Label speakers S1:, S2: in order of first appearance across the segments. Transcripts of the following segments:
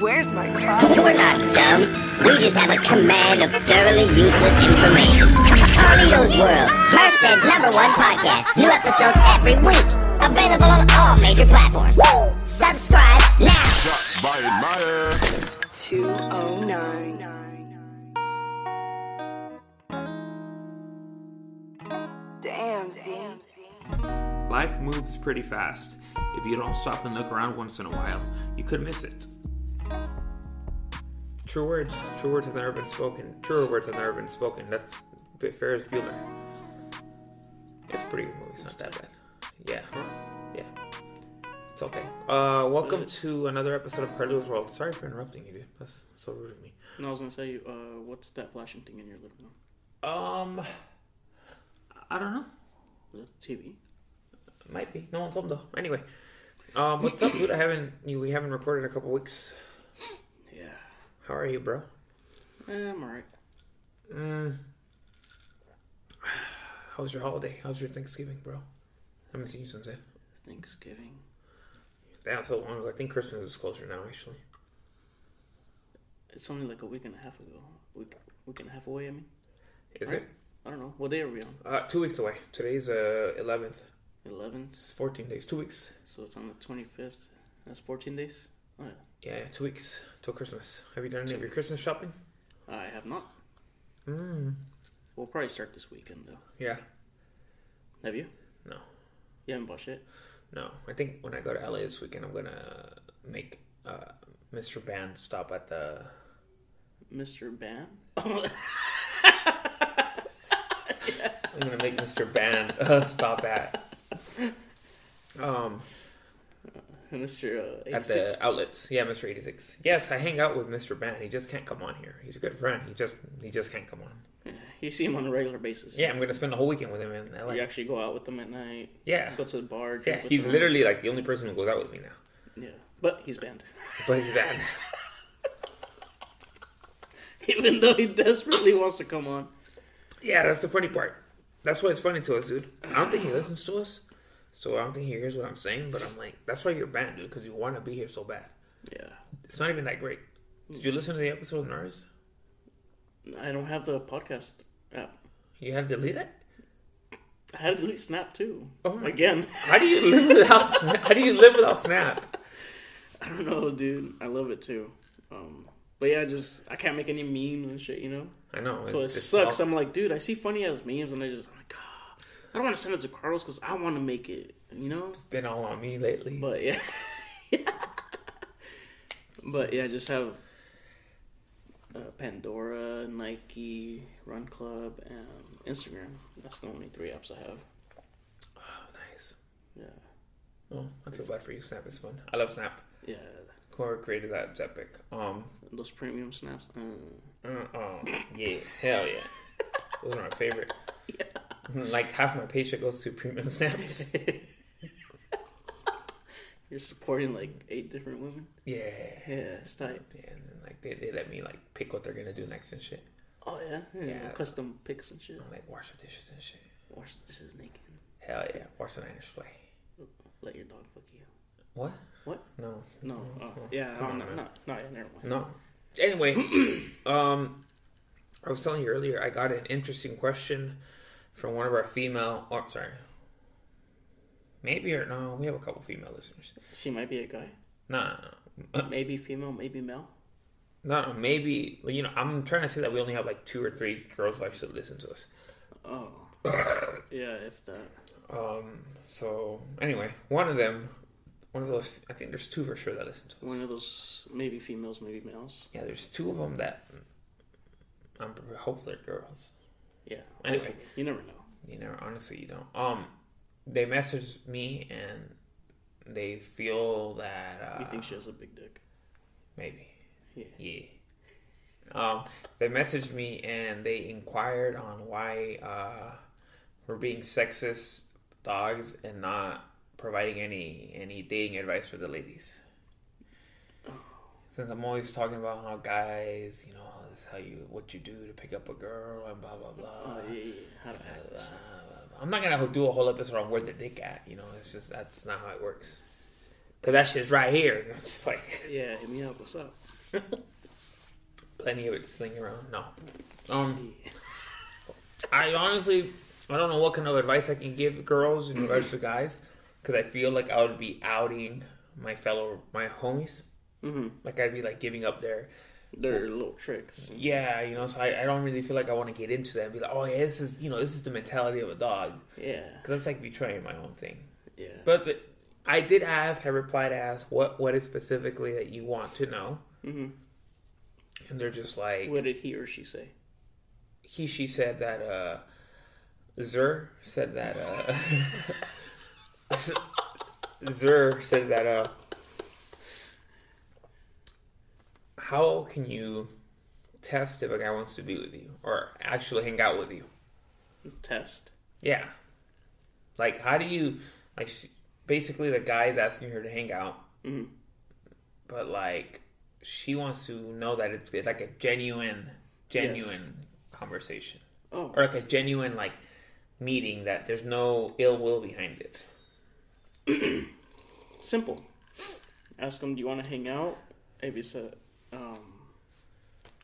S1: Where's my crop?
S2: We're not dumb. We just have a command of thoroughly useless information. Carlito's World, Merced's number one podcast. New episodes every week. Available on all major platforms. Subscribe now.
S3: By my ass.
S1: 209. Damn, Damn.
S4: Life moves pretty fast. If you don't stop and look around once in a while, you could miss it. True words. True words have never been spoken. Truer words have never been spoken. That's B- Ferris Bueller. It's pretty good movie. It's not that bad. Yeah. Yeah. It's okay. Uh, welcome to another episode of Carlos World. Sorry for interrupting you, dude. That's so rude of me.
S5: No, I was gonna say, uh, what's that flashing thing in your living room?
S4: Um, I don't know.
S5: Is it TV?
S4: Might be. No one's home though. Anyway, um, what's up, dude? I haven't you. We haven't recorded in a couple weeks.
S5: Yeah.
S4: How are you, bro?
S5: Eh, I'm alright.
S4: How was your holiday? How was your Thanksgiving, bro? I haven't seen you since then.
S5: Thanksgiving.
S4: Damn, so long ago. I think Christmas is closer now, actually.
S5: It's only like a week and a half ago. Week, week and a half away, I mean.
S4: Is
S5: Right. I don't know. What day are we on?
S4: it? Uh, two weeks away. Today's uh eleventh.
S5: 11th.
S4: It's fourteen days. Two weeks.
S5: So it's on the 25th. That's 14 days? Oh, yeah.
S4: Yeah, yeah, two weeks till Christmas. Have you done any of your Christmas shopping?
S5: I have not. Mm.
S4: Hmm.
S5: We'll probably start this weekend, though.
S4: Yeah.
S5: Have you?
S4: No.
S5: You haven't bought shit?
S4: No. I think when I go to LA this weekend, I'm gonna make uh, Mr. Band stop at the.
S5: Mr. Ban?
S4: I'm gonna make Mr. Band uh, stop at. Um,
S5: Mr. Uh,
S4: at
S5: 86?
S4: the outlets. Yeah, Mr. 86. Yes, I hang out with Mr. Band. He just can't come on here. He's a good friend. He just he just can't come on.
S5: You see him on a regular basis.
S4: Yeah, I'm gonna spend the whole weekend with him in LA.
S5: You actually go out with them at night.
S4: Yeah.
S5: Go to the bar. drink
S4: Yeah,
S5: with
S4: he's
S5: them.
S4: literally like the only person who goes out with me now.
S5: Yeah, but he's banned.
S4: But he's banned.
S5: Even though he desperately wants to come on.
S4: yeah, that's the funny part. That's why it's funny to us, dude. I don't think he listens to us, so I don't think he hears what I'm saying. But I'm like, that's why you're banned, dude, because you want to be here so bad.
S5: Yeah.
S4: It's not even that great. Did you listen to the episode of Nars?
S5: I don't have the podcast app.
S4: You had to delete it.
S5: I had to delete Snap too.
S4: Oh my
S5: Again.
S4: How do you live without? Sna- How do you live without Snap?
S5: I don't know, dude. I love it too. Um, but yeah, I just I can't make any memes and shit, you know.
S4: I know.
S5: So it
S4: it's- it's
S5: sucks.
S4: all-
S5: I'm like, dude, I see funny ass memes, and I just I'm like, God, I don't want to send it to Carlos because I want to make it, you know.
S4: been all on me lately.
S5: But yeah. but yeah, I just have uh, Pandora, Nike, Run Club, and Instagram. That's the only three apps I have.
S4: oh, nice.
S5: Yeah.
S4: Well, I feel bad for you. Snap is fun. I love Snap.
S5: Yeah.
S4: Whoever created that, it's epic. Um,
S5: Those premium snaps. Uh,
S4: uh, oh, yeah, hell yeah. Those are my favorite. like half my paycheck goes to premium snaps.
S5: you're supporting like eight different women.
S4: yeah. yeah.
S5: Yeah, it's tight.
S4: And then, like they, they let me like pick what they're gonna do next and shit.
S5: Oh yeah. yeah.
S4: Yeah.
S5: Custom picks and shit.
S4: I'm like wash the dishes and shit.
S5: Wash the dishes naked.
S4: Hell yeah, watch the Niners play.
S5: Let your dog fuck you.
S4: What?
S5: What?
S4: No.
S5: No. Oh, yeah.
S4: Come
S5: oh,
S4: on,
S5: no,
S4: man.
S5: no. No. Yeah. Never mind.
S4: No. Anyway, um, I was telling you earlier, I got an interesting question from one of our female. Or sorry, maybe or no, we have a couple female listeners.
S5: She might be a guy.
S4: No, no, no,
S5: Maybe female. Maybe male.
S4: no, no. Maybe well, you know, I'm trying to say that we only have like two or three girls who actually listen to us.
S5: Oh. yeah, if that.
S4: Um, so anyway, one of them, one of those, I think there's two for sure that listen to us.
S5: One of those maybe females, maybe males.
S4: Yeah, there's two of them that I'm hope they're girls.
S5: Yeah.
S4: Anyway.
S5: hopefully. You never know.
S4: You know, honestly, you don't. Um, they messaged me and they feel that uh,
S5: You think she has a big dick.
S4: maybe,
S5: Yeah.
S4: yeah. Um, they messaged me and they inquired on why uh, we're being sexist dogs and not providing any any dating advice for the ladies. Since I'm always talking about how guys, you know, this is how you what you do to pick up a girl and blah blah blah.
S5: Oh, yeah, yeah, yeah. How to act.
S4: I'm not gonna do a whole episode on where the dick at. You know, it's just that's not how it works. Cause that shit's right here. It's just like
S5: Yeah, hit me up. What's up?
S4: plenty of it slinging around. No, um, I honestly I don't know what kind of advice I can give girls in regards to guys, because I feel like I would be outing my fellow my homies. Like I'd be like giving up their
S5: They're little tricks.
S4: yeah, you know. So I, I don't really feel like I want to get into that and be like, oh yeah, this is you know this is the mentality of a dog.
S5: Yeah,
S4: Because that's like betraying my own thing.
S5: yeah.
S4: But the, I did ask. I replied to ask what what is specifically that you want to know, mm-hmm. and they're just like
S5: what did he or she say?
S4: he. She said that uh, Zer said that uh, Zer said that uh, how can you test if a guy wants to be with you or actually hang out with you?
S5: Test.
S4: Yeah. Like, how do you like? She, basically, the guy's asking her to hang out,
S5: Mm-hmm.
S4: but like, she wants to know that it's, it's like a genuine, genuine
S5: Yes.
S4: conversation
S5: Oh,
S4: or like a genuine like meeting that there's no ill will behind it.
S5: simple. Ask him, do you want to hang out? If he said, um,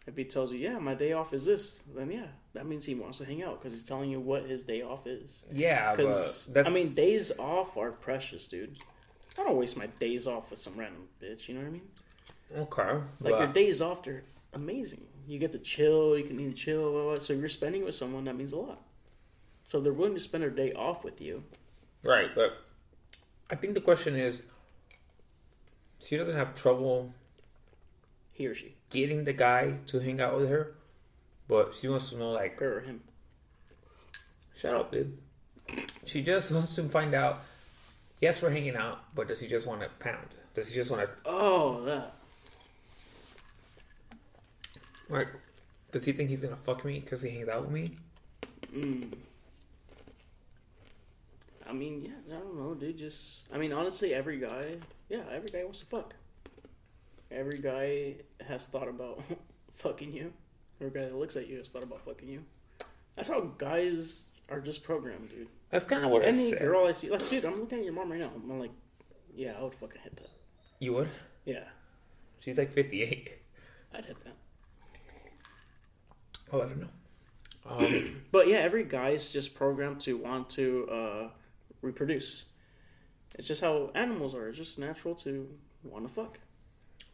S5: if he tells you, yeah, my day off is this, then yeah, that means he wants to hang out because he's telling you what his day off is.
S4: Yeah, but
S5: Because
S4: that's,
S5: I mean, days off are precious, dude. I don't waste my days off with some random bitch. You know what I mean?
S4: okay,
S5: Like
S4: but-
S5: your days off, they're amazing. You get to chill. You can even chill. Blah, blah. So you're spending with someone that means a lot. So if they're willing to spend their day off with you.
S4: Right, but I think the question is, she doesn't have trouble
S5: He or she,
S4: getting the guy to hang out with her, but she wants to know like
S5: her or him.
S4: Shut up, dude. She just wants to find out. Yes, we're hanging out, but does he just want to pound? Does he just want to
S5: Oh, that.
S4: like? Does he think he's gonna fuck me because he hangs out with me?
S5: I mean, yeah, I don't know, dude. Just, I mean, honestly, every guy, yeah, every guy wants to fuck. Every guy has thought about fucking you. Every guy that looks at you has thought about fucking you. That's how guys are just programmed, dude.
S4: That's kind of what I
S5: Any
S4: said.
S5: girl I see, like, dude, I'm looking at your mom right now. I'm like, yeah, I would fucking hit that.
S4: You would?
S5: Yeah,
S4: She's like fifty-eight.
S5: I'd hit that.
S4: I'll let her know.
S5: But yeah, every guy's just programmed to want to uh, reproduce. It's just how animals are. It's just natural to want to fuck.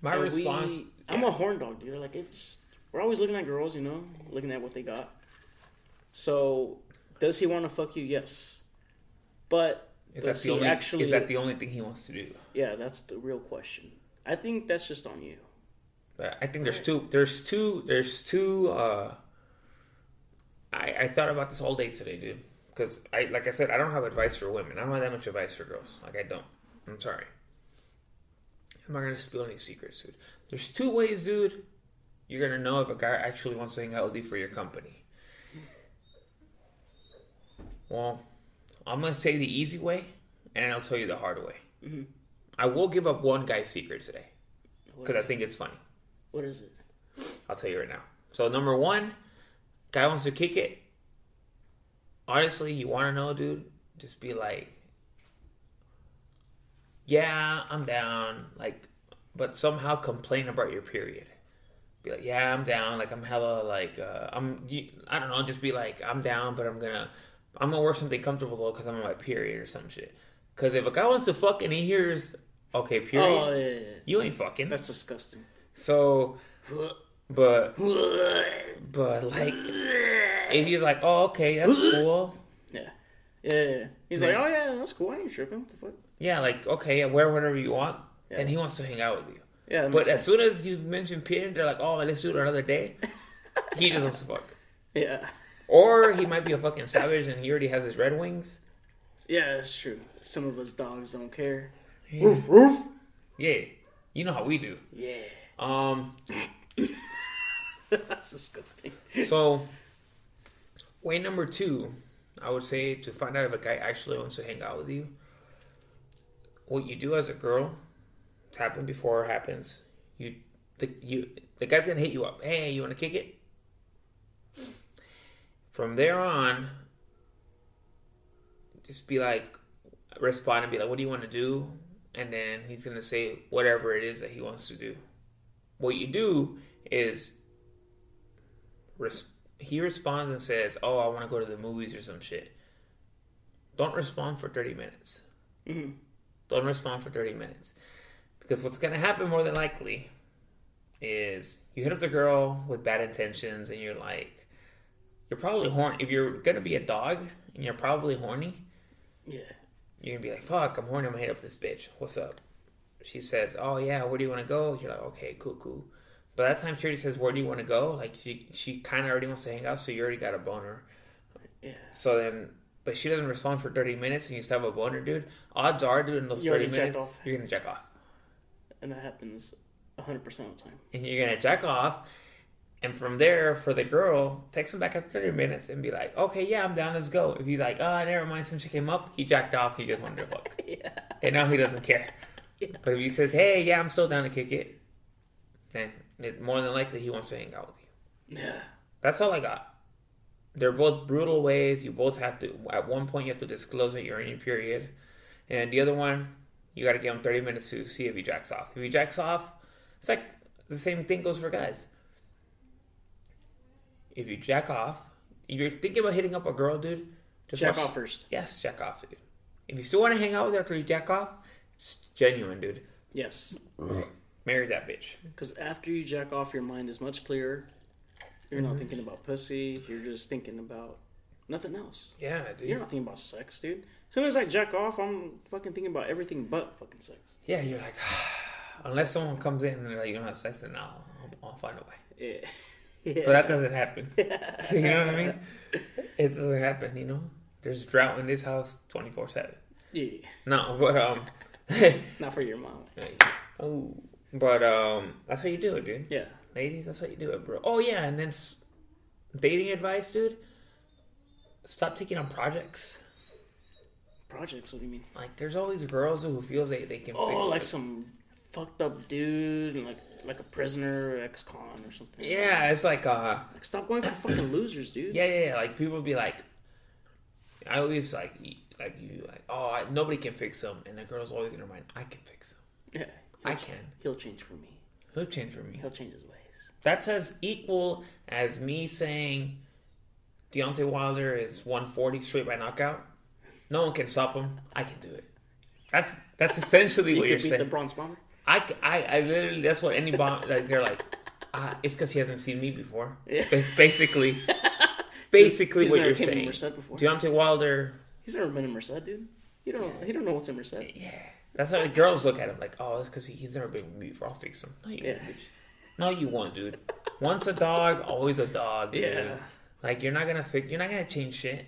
S4: My
S5: And we-
S4: response.
S5: I'm a horn dog, dude. Like it just, we're always looking at girls, you know, looking at what they got. So, does he want to fuck you? Yes, but
S4: Is that
S5: does
S4: the
S5: he
S4: only?
S5: actually?
S4: Is that the only thing he wants to do?
S5: yeah, that's the real question. I think that's just on you.
S4: But I think there's two. There's two. There's two. Uh, I I thought about this all day today, dude. Because I like I said, I don't have advice for women. I don't have that much advice for girls. Like I don't. I'm sorry. I'm not gonna spill any secrets, dude. There's two ways, dude. You're gonna know if a guy actually wants to hang out with you for your company. Well, I'm gonna say the easy way, and I'll tell you the hard way.
S5: Mm-hmm.
S4: I will give up one guy's secret today
S5: What
S4: because I
S5: is,
S4: think it's funny.
S5: what is it?
S4: I'll tell you right now. So number one, guy wants to kick it. Honestly, you want to know, dude? Just be like, yeah, I'm down. Like, but somehow complain about your period. Be like, yeah, I'm down. Like, I'm hella like, uh, I'm, you, I don't know. Just be like, I'm down, but I'm gonna, I'm gonna wear something comfortable though, cause I'm on my period or some shit. Cause if a guy wants to fuck and he hears, okay, period,
S5: Oh, yeah, yeah, yeah.
S4: you ain't fucking.
S5: that's disgusting.
S4: So, but but like, if he's like, oh okay, that's cool.
S5: Yeah, yeah. yeah, yeah. He's
S4: Yeah.
S5: like, oh yeah, that's cool. I ain't tripping. What the fuck?
S4: Yeah, like okay, wear whatever you want. Then he wants to hang out with you.
S5: Yeah, that
S4: But
S5: makes
S4: as
S5: sense.
S4: soon as you mention Peter, they're like, oh, let's do it another day. He just wants to fuck.
S5: yeah,
S4: Or he might be a fucking savage and he already has his red wings.
S5: yeah, that's true. Some of us dogs don't care.
S4: Yeah, you know how we do.
S5: Yeah,
S4: Um,
S5: that's disgusting.
S4: so way number two, I would say to find out if a guy actually wants to hang out with you. What you do as a girl, it's happened before it happens. You the you the guy's gonna hit you up. Hey, you wanna kick it? From there on, just be like respond and be like, What do you wanna do? and then he's gonna say whatever it is that he wants to do. What you do is res- he responds and says, "Oh, I want to go to the movies or some shit." Don't respond for thirty minutes. Don't respond for thirty minutes because what's gonna happen more than likely is you hit up the girl with bad intentions and you're like, you're probably horny. If you're gonna be a dog and you're probably horny,
S5: Yeah.
S4: you're gonna be like, fuck, I'm horny, I'm gonna hit up this bitch. What's up? She says, Oh yeah, where do you wanna go? You're like, Okay, cool, cool. By that time she already says, Where do you wanna go? Like she she kinda already wants to hang out, so you already got a boner.
S5: Yeah.
S4: So then but she doesn't respond for thirty minutes and you still have a boner, dude. Odds are, dude, in those
S5: You
S4: thirty
S5: already checked
S4: minutes
S5: off.
S4: you're gonna check off.
S5: And that happens 100% of the time.
S4: and you're gonna jack off. And from there, for the girl, text him back after 30 minutes and be like, okay, yeah, I'm down, let's go. If he's like, oh, never mind, some shit came up, he jacked off, he just wanted to fuck. And now he doesn't care. But if he says, hey, yeah, I'm still down to kick it, then it, more than likely he wants to hang out with you.
S5: Yeah.
S4: That's all I got. They're both brutal ways. You both have to, at one point, you have to disclose that you're in your period. And the other one, you got to give him 30 minutes to see if he jacks off. If he jacks off, it's like the same thing goes for guys. If you jack off, if you're thinking about hitting up a girl, dude, just
S5: Jack
S4: watch-
S5: off first.
S4: Yes, jack off, dude. If you still want to hang out with her after you jack off, it's genuine, dude.
S5: Yes.
S4: Marry that bitch.
S5: Because after you jack off, your mind is much clearer. You're
S4: Mm-hmm.
S5: not thinking about pussy. You're just thinking about nothing else.
S4: Yeah, dude.
S5: You're not thinking about sex, dude. As soon as I jack off, I'm fucking thinking about everything but fucking sex.
S4: Yeah, you're like, unless someone comes in and they're like, you don't have sex, then I'll, I'll, I'll find a way.
S5: Yeah.
S4: But that doesn't happen. you know what I mean? It doesn't happen, you know? There's drought in this house 24 7.
S5: yeah.
S4: No, but, um,
S5: Not for your mom.
S4: oh, but, um, that's how you do it, dude.
S5: Yeah.
S4: Ladies, that's how you do it, bro. Oh, yeah, and then s- dating advice, dude. Stop taking on projects.
S5: Projects, what do you mean?
S4: Like, there's always girls who feels they, they can fix
S5: Oh,
S4: it.
S5: like some fucked up dude, and like like a prisoner, ex con or something.
S4: Yeah, it's like, uh,
S5: Like, stop going for fucking losers, dude.
S4: Yeah, yeah, yeah. Like people be like, I always like, y- like you, like, oh, I, nobody can fix them, and the girl's always in her mind, I can fix them.
S5: Yeah.
S4: I can.
S5: He'll change for me.
S4: He'll change for me.
S5: He'll change his ways.
S4: That's as equal as me saying Deontay Wilder is 140 straight by knockout. No one can stop him. I can do it. That's that's essentially
S5: You
S4: what
S5: could
S4: you're
S5: beat the
S4: saying.
S5: Bronze Bomber.
S4: I, c- I, I literally, that's what any bomb, like, they're like, ah, it's because he hasn't seen me before. Ba- Basically, basically
S5: He's
S4: what
S5: never
S4: you're
S5: hit a
S4: saying.
S5: Merced before.
S4: Deontay Wilder,
S5: He's never been in Merced, dude. He don't. He don't know what's in Merced.
S4: yeah. That's how the girls look at him, like, oh, it's because he, he's never been with me before. I'll fix him. No, you
S5: Oh, Yeah.
S4: won't, bitch. No, you won't, dude. Once a dog, always a dog. dude.
S5: Yeah.
S4: Like you're not gonna fix, you're not gonna change shit.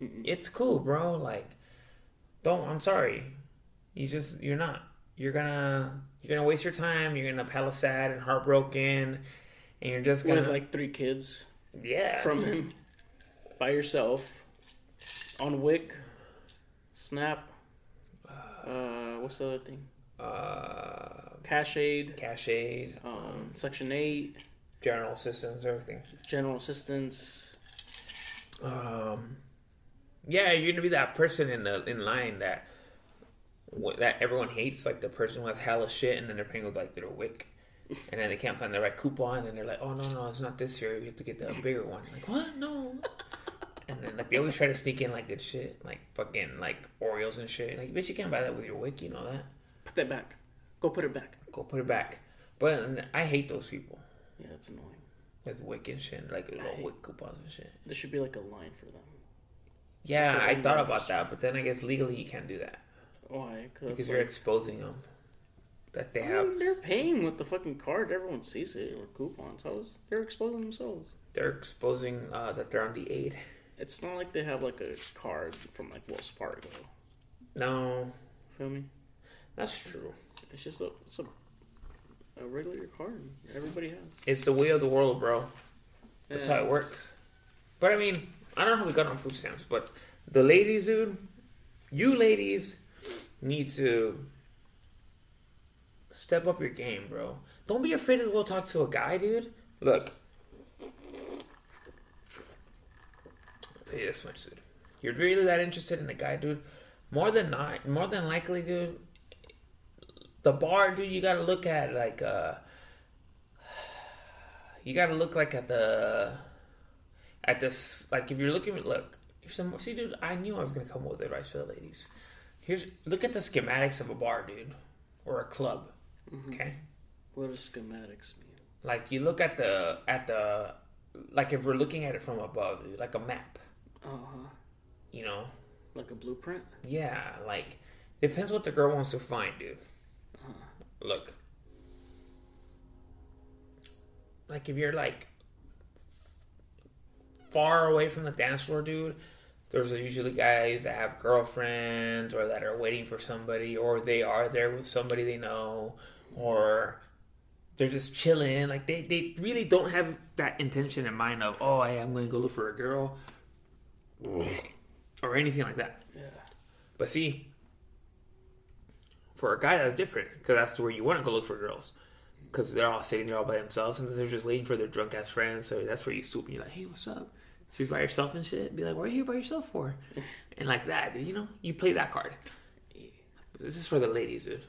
S4: It's cool, bro. Like, don't. I'm sorry. You just you're not. You're gonna you're gonna waste your time. You're gonna paddle sad and heartbroken, and you're just gonna
S5: With like three kids
S4: yeah
S5: from him, by yourself, on Wick, Snap. Uh, what's the other thing?
S4: uh,
S5: Cash Aid,
S4: cash aid,
S5: um, Section Eight,
S4: general systems, everything.
S5: General Assistance.
S4: um, yeah, you're gonna be that person in the in line that wh- that everyone hates, like the person who has hella shit, and then they're paying with like their wick, and then they can't find the right coupon, and they're like, oh no no, it's not this year. We have to get the bigger one. Like what? No. And then like they always try to sneak in like good shit, like fucking like Oreos and shit. Like bitch, you can't buy that with your wick. You know that.
S5: Put that back. Go put it back.
S4: Go put it back. But and I hate those people
S5: Yeah, that's annoying.
S4: with wick and shit, like little wick coupons and shit.
S5: There should be like a line for them.
S4: Yeah,
S5: the
S4: I
S5: one
S4: thought
S5: that
S4: about
S5: was-
S4: that, but then I guess legally you can't do that.
S5: Why? Because
S4: Because you're exposing them. That they have,
S5: they're paying with the fucking card. Everyone sees it or coupons. How is they're exposing themselves?
S4: they're exposing uh, that they're on the aid.
S5: It's not like they have like a card from like Wells Fargo.
S4: No,
S5: Feel me?
S4: that's true.
S5: It's just a it's a, a regular card. Everybody has.
S4: It's the way of the world, bro. That's
S5: Yeah.
S4: how it works. But I mean, I don't know how we got on food stamps, but the ladies, dude, you ladies need to step up your game, bro. Don't be afraid to go talk to a guy, dude. Look, I'll tell you this much, dude. You're really that interested in a guy, dude. More than not, more than likely, dude. the bar, dude, you gotta look at like uh you gotta look like at the at this like if you're looking at look here's some see dude, I knew I was gonna come up with advice for the ladies. Here's look at the schematics of a bar, dude, or a club. Okay?
S5: What does schematics mean?
S4: Like you look at the at the like if we're looking at it from above, dude, like a map,
S5: Uh huh.
S4: you know?
S5: Like a blueprint?
S4: Yeah, like depends what the girl wants to find, dude. Look, like if you're like far away from the dance floor, dude. There's usually guys that have girlfriends or that are waiting for somebody, or they are there with somebody they know, or they're just chilling. Like they, they really don't have that intention in mind of oh, I am going to go look for a girl, or anything like that.
S5: Yeah.
S4: But see, for a guy, that's different because that's where you want to go look for girls because they're all sitting there all by themselves and they're just waiting for their drunk ass friends. So that's where you swoop and you're like, hey, what's up? She's by herself and shit. Be like, what are you here by yourself for? And like that, dude, you know, you play that card. This is for the ladies, dude.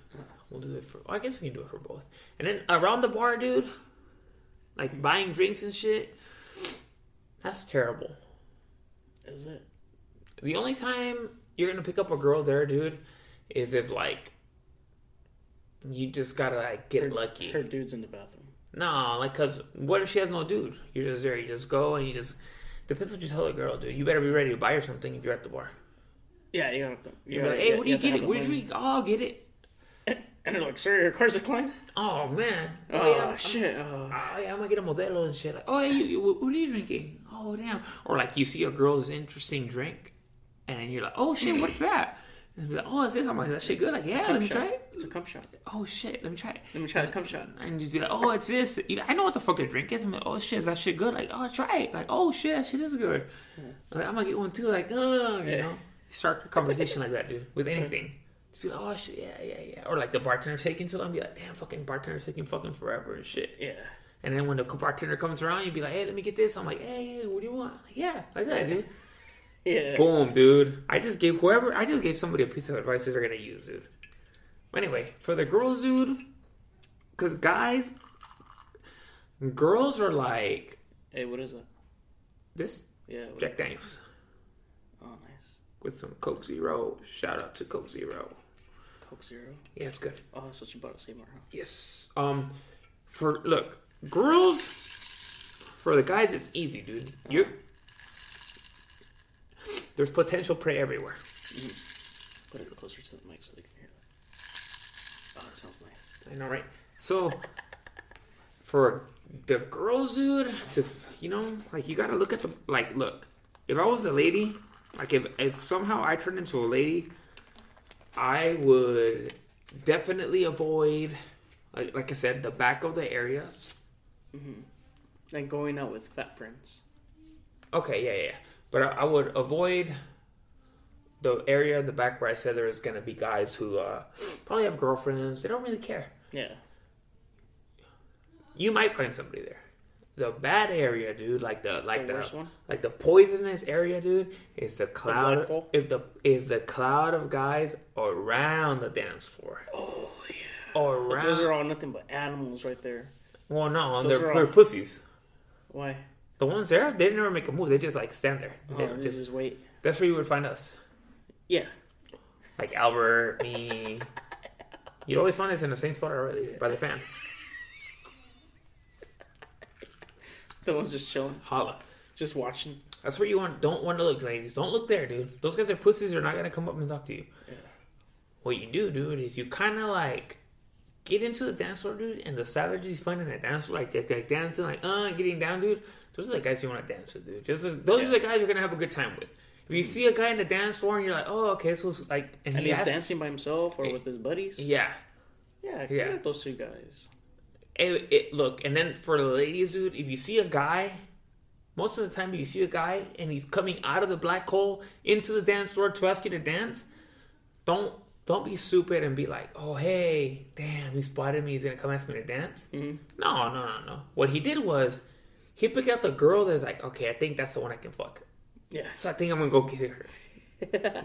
S4: We'll do it for. I guess we can do it for both. And then around the bar, dude, like buying drinks and shit. That's terrible.
S5: Is it?
S4: The only time you're gonna pick up a girl there, dude, is if like you just gotta like get lucky.
S5: Her dude's in the bathroom.
S4: No, like, cause what if she has no dude? You're just there. You just go and you just depends what you tell the girl, dude. You better be ready to buy her something if you're at the bar.
S5: Yeah, you gotta. You
S4: You're
S5: gotta
S4: like, hey,
S5: yeah,
S4: what do
S5: you
S4: you
S5: have to
S4: get
S5: have
S4: it?
S5: a
S4: What do you
S5: plan.
S4: drink? Oh, I'll get it.
S5: And they're like, sure, your car's declined.
S4: Oh man.
S5: Oh,
S4: yeah, I'm-
S5: shit.
S4: oh
S5: Uh,
S4: yeah, I'm gonna get a Modelo and shit. Like, oh, hey, you, you, what are you drinking? Oh, damn. Or like you see a girl's interesting drink, and then you're like, oh shit, what's that? And they're like, oh, is this? I'm like, that shit good? Like, yeah,
S5: cum
S4: let me
S5: shot.
S4: try it.
S5: It's a cum shot.
S4: Oh shit, let me try it.
S5: Let me try the cum shot.
S4: And just be like, oh, it's this. You know, I know what the fuck a drink is. I'm like, oh shit, is that shit good? Like, oh, try it. Like, oh shit, that shit is good. Like, I'm gonna get one too. Like, oh, you know, start a conversation like that, dude, with anything. Just be like, oh shit, yeah, yeah, yeah. Or like the bartender's taking too long. Be like, damn, fucking bartender's taking fucking forever and shit.
S5: Yeah.
S4: And then when the bartender comes around, you'd be like, hey, let me get this. I'm like, hey, hey, what do you want? Like, yeah, like that, dude.
S5: Yeah.
S4: Boom, dude. I just gave whoever, I just gave somebody a piece of advice that they're going to use, dude. Anyway, for the girls, dude, because guys, girls are like
S5: Hey, what is that?
S4: this
S5: Yeah. What,
S4: Jack Daniels
S5: Oh, nice.
S4: with some Coke Zero. Shout out to Coke Zero.
S5: Coke Zero.
S4: Yeah, it's good.
S5: Oh, that's what you bought at Seymour, huh?
S4: Yes. Um, for look, girls. For the guys, it's easy, dude. You. There's potential prey everywhere.
S5: Put it closer to the mic so they can hear that. Oh, that sounds nice.
S4: I know, right? So, for the girls, dude, to you know, like you gotta look at the like. Look, if I was a lady, like if if somehow I turned into a lady, I would definitely avoid, like, like I said, the back of the areas.
S5: And going out with fat friends.
S4: Okay, yeah, yeah, yeah. But I, I would avoid the area in the back where I said there is going to be guys who uh, probably have girlfriends. They don't really care.
S5: Yeah.
S4: You might find somebody there. The bad area, dude, like the like
S5: The
S4: the,
S5: worst one?
S4: like the poisonous area, dude, is the
S5: black
S4: cloud.
S5: hole?
S4: If the is the cloud of guys around the dance floor. Oh yeah. Around.
S5: Those are all nothing but animals right there.
S4: well, no,
S5: those
S4: they're,
S5: are all-
S4: they're pussies.
S5: Why?
S4: The ones there, they never make a move. They just like stand there.
S5: Oh,
S4: They
S5: they
S4: just-
S5: just wait.
S4: that's where you would find us.
S5: Yeah.
S4: like Albert, me. You'd always find us in the same spot already by the fan.
S5: The one's just chilling,
S4: Holla.
S5: just watching.
S4: That's where you want. Don't want to look, ladies. Don't look there, dude. Those guys are pussies. They're not gonna come up and talk to you. What you do, dude, is you kind of like get into the dance floor, dude, and the savages finding that dance floor, like, like, like dancing, like uh, getting down, dude. Those are the guys you want to dance with, dude. Just those are the guys you're gonna have a good time with. If you see a guy in the dance floor and you're like, oh, okay, so it's like, and,
S5: And
S4: he
S5: he's
S4: asks-
S5: dancing by himself or with his buddies.
S4: yeah,
S5: Yeah.
S4: Yeah.
S5: yeah. Those two guys.
S4: it, it look and then for the ladies dude if you see a guy most of the time if you see a guy and he's coming out of the black hole into the dance floor to ask you to dance don't don't be stupid and be like oh hey damn he spotted me he's gonna come ask me to dance no no no no what he did was he picked out the girl that's like okay i think that's the one i can fuck
S5: Yeah.
S4: so i think i'm gonna go get her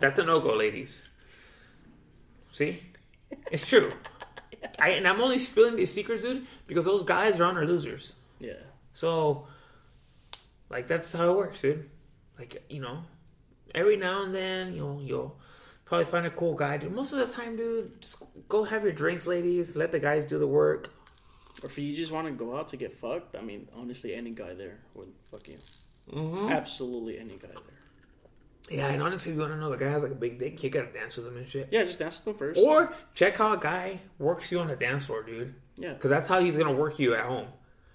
S4: that's a no-go ladies see it's true I, and I'm only spilling these secrets, dude, because those guys around are losers.
S5: Yeah.
S4: So, like, that's how it works, dude. Like, you know, every now and then you'll you'll probably find a cool guy, dude. Most of the time, dude, just go have your drinks, ladies. Let the guys do the work.
S5: Or if you just want to go out to get fucked, I mean, honestly, any guy there would fuck you. Absolutely any guy there.
S4: Yeah, and honestly, if you want to know the guy has like a big dick, you gotta dance with him and shit.
S5: Yeah, just dance with them first.
S4: Or check how a guy works you on the dance floor, dude.
S5: yeah.
S4: Because that's how he's gonna work you at home.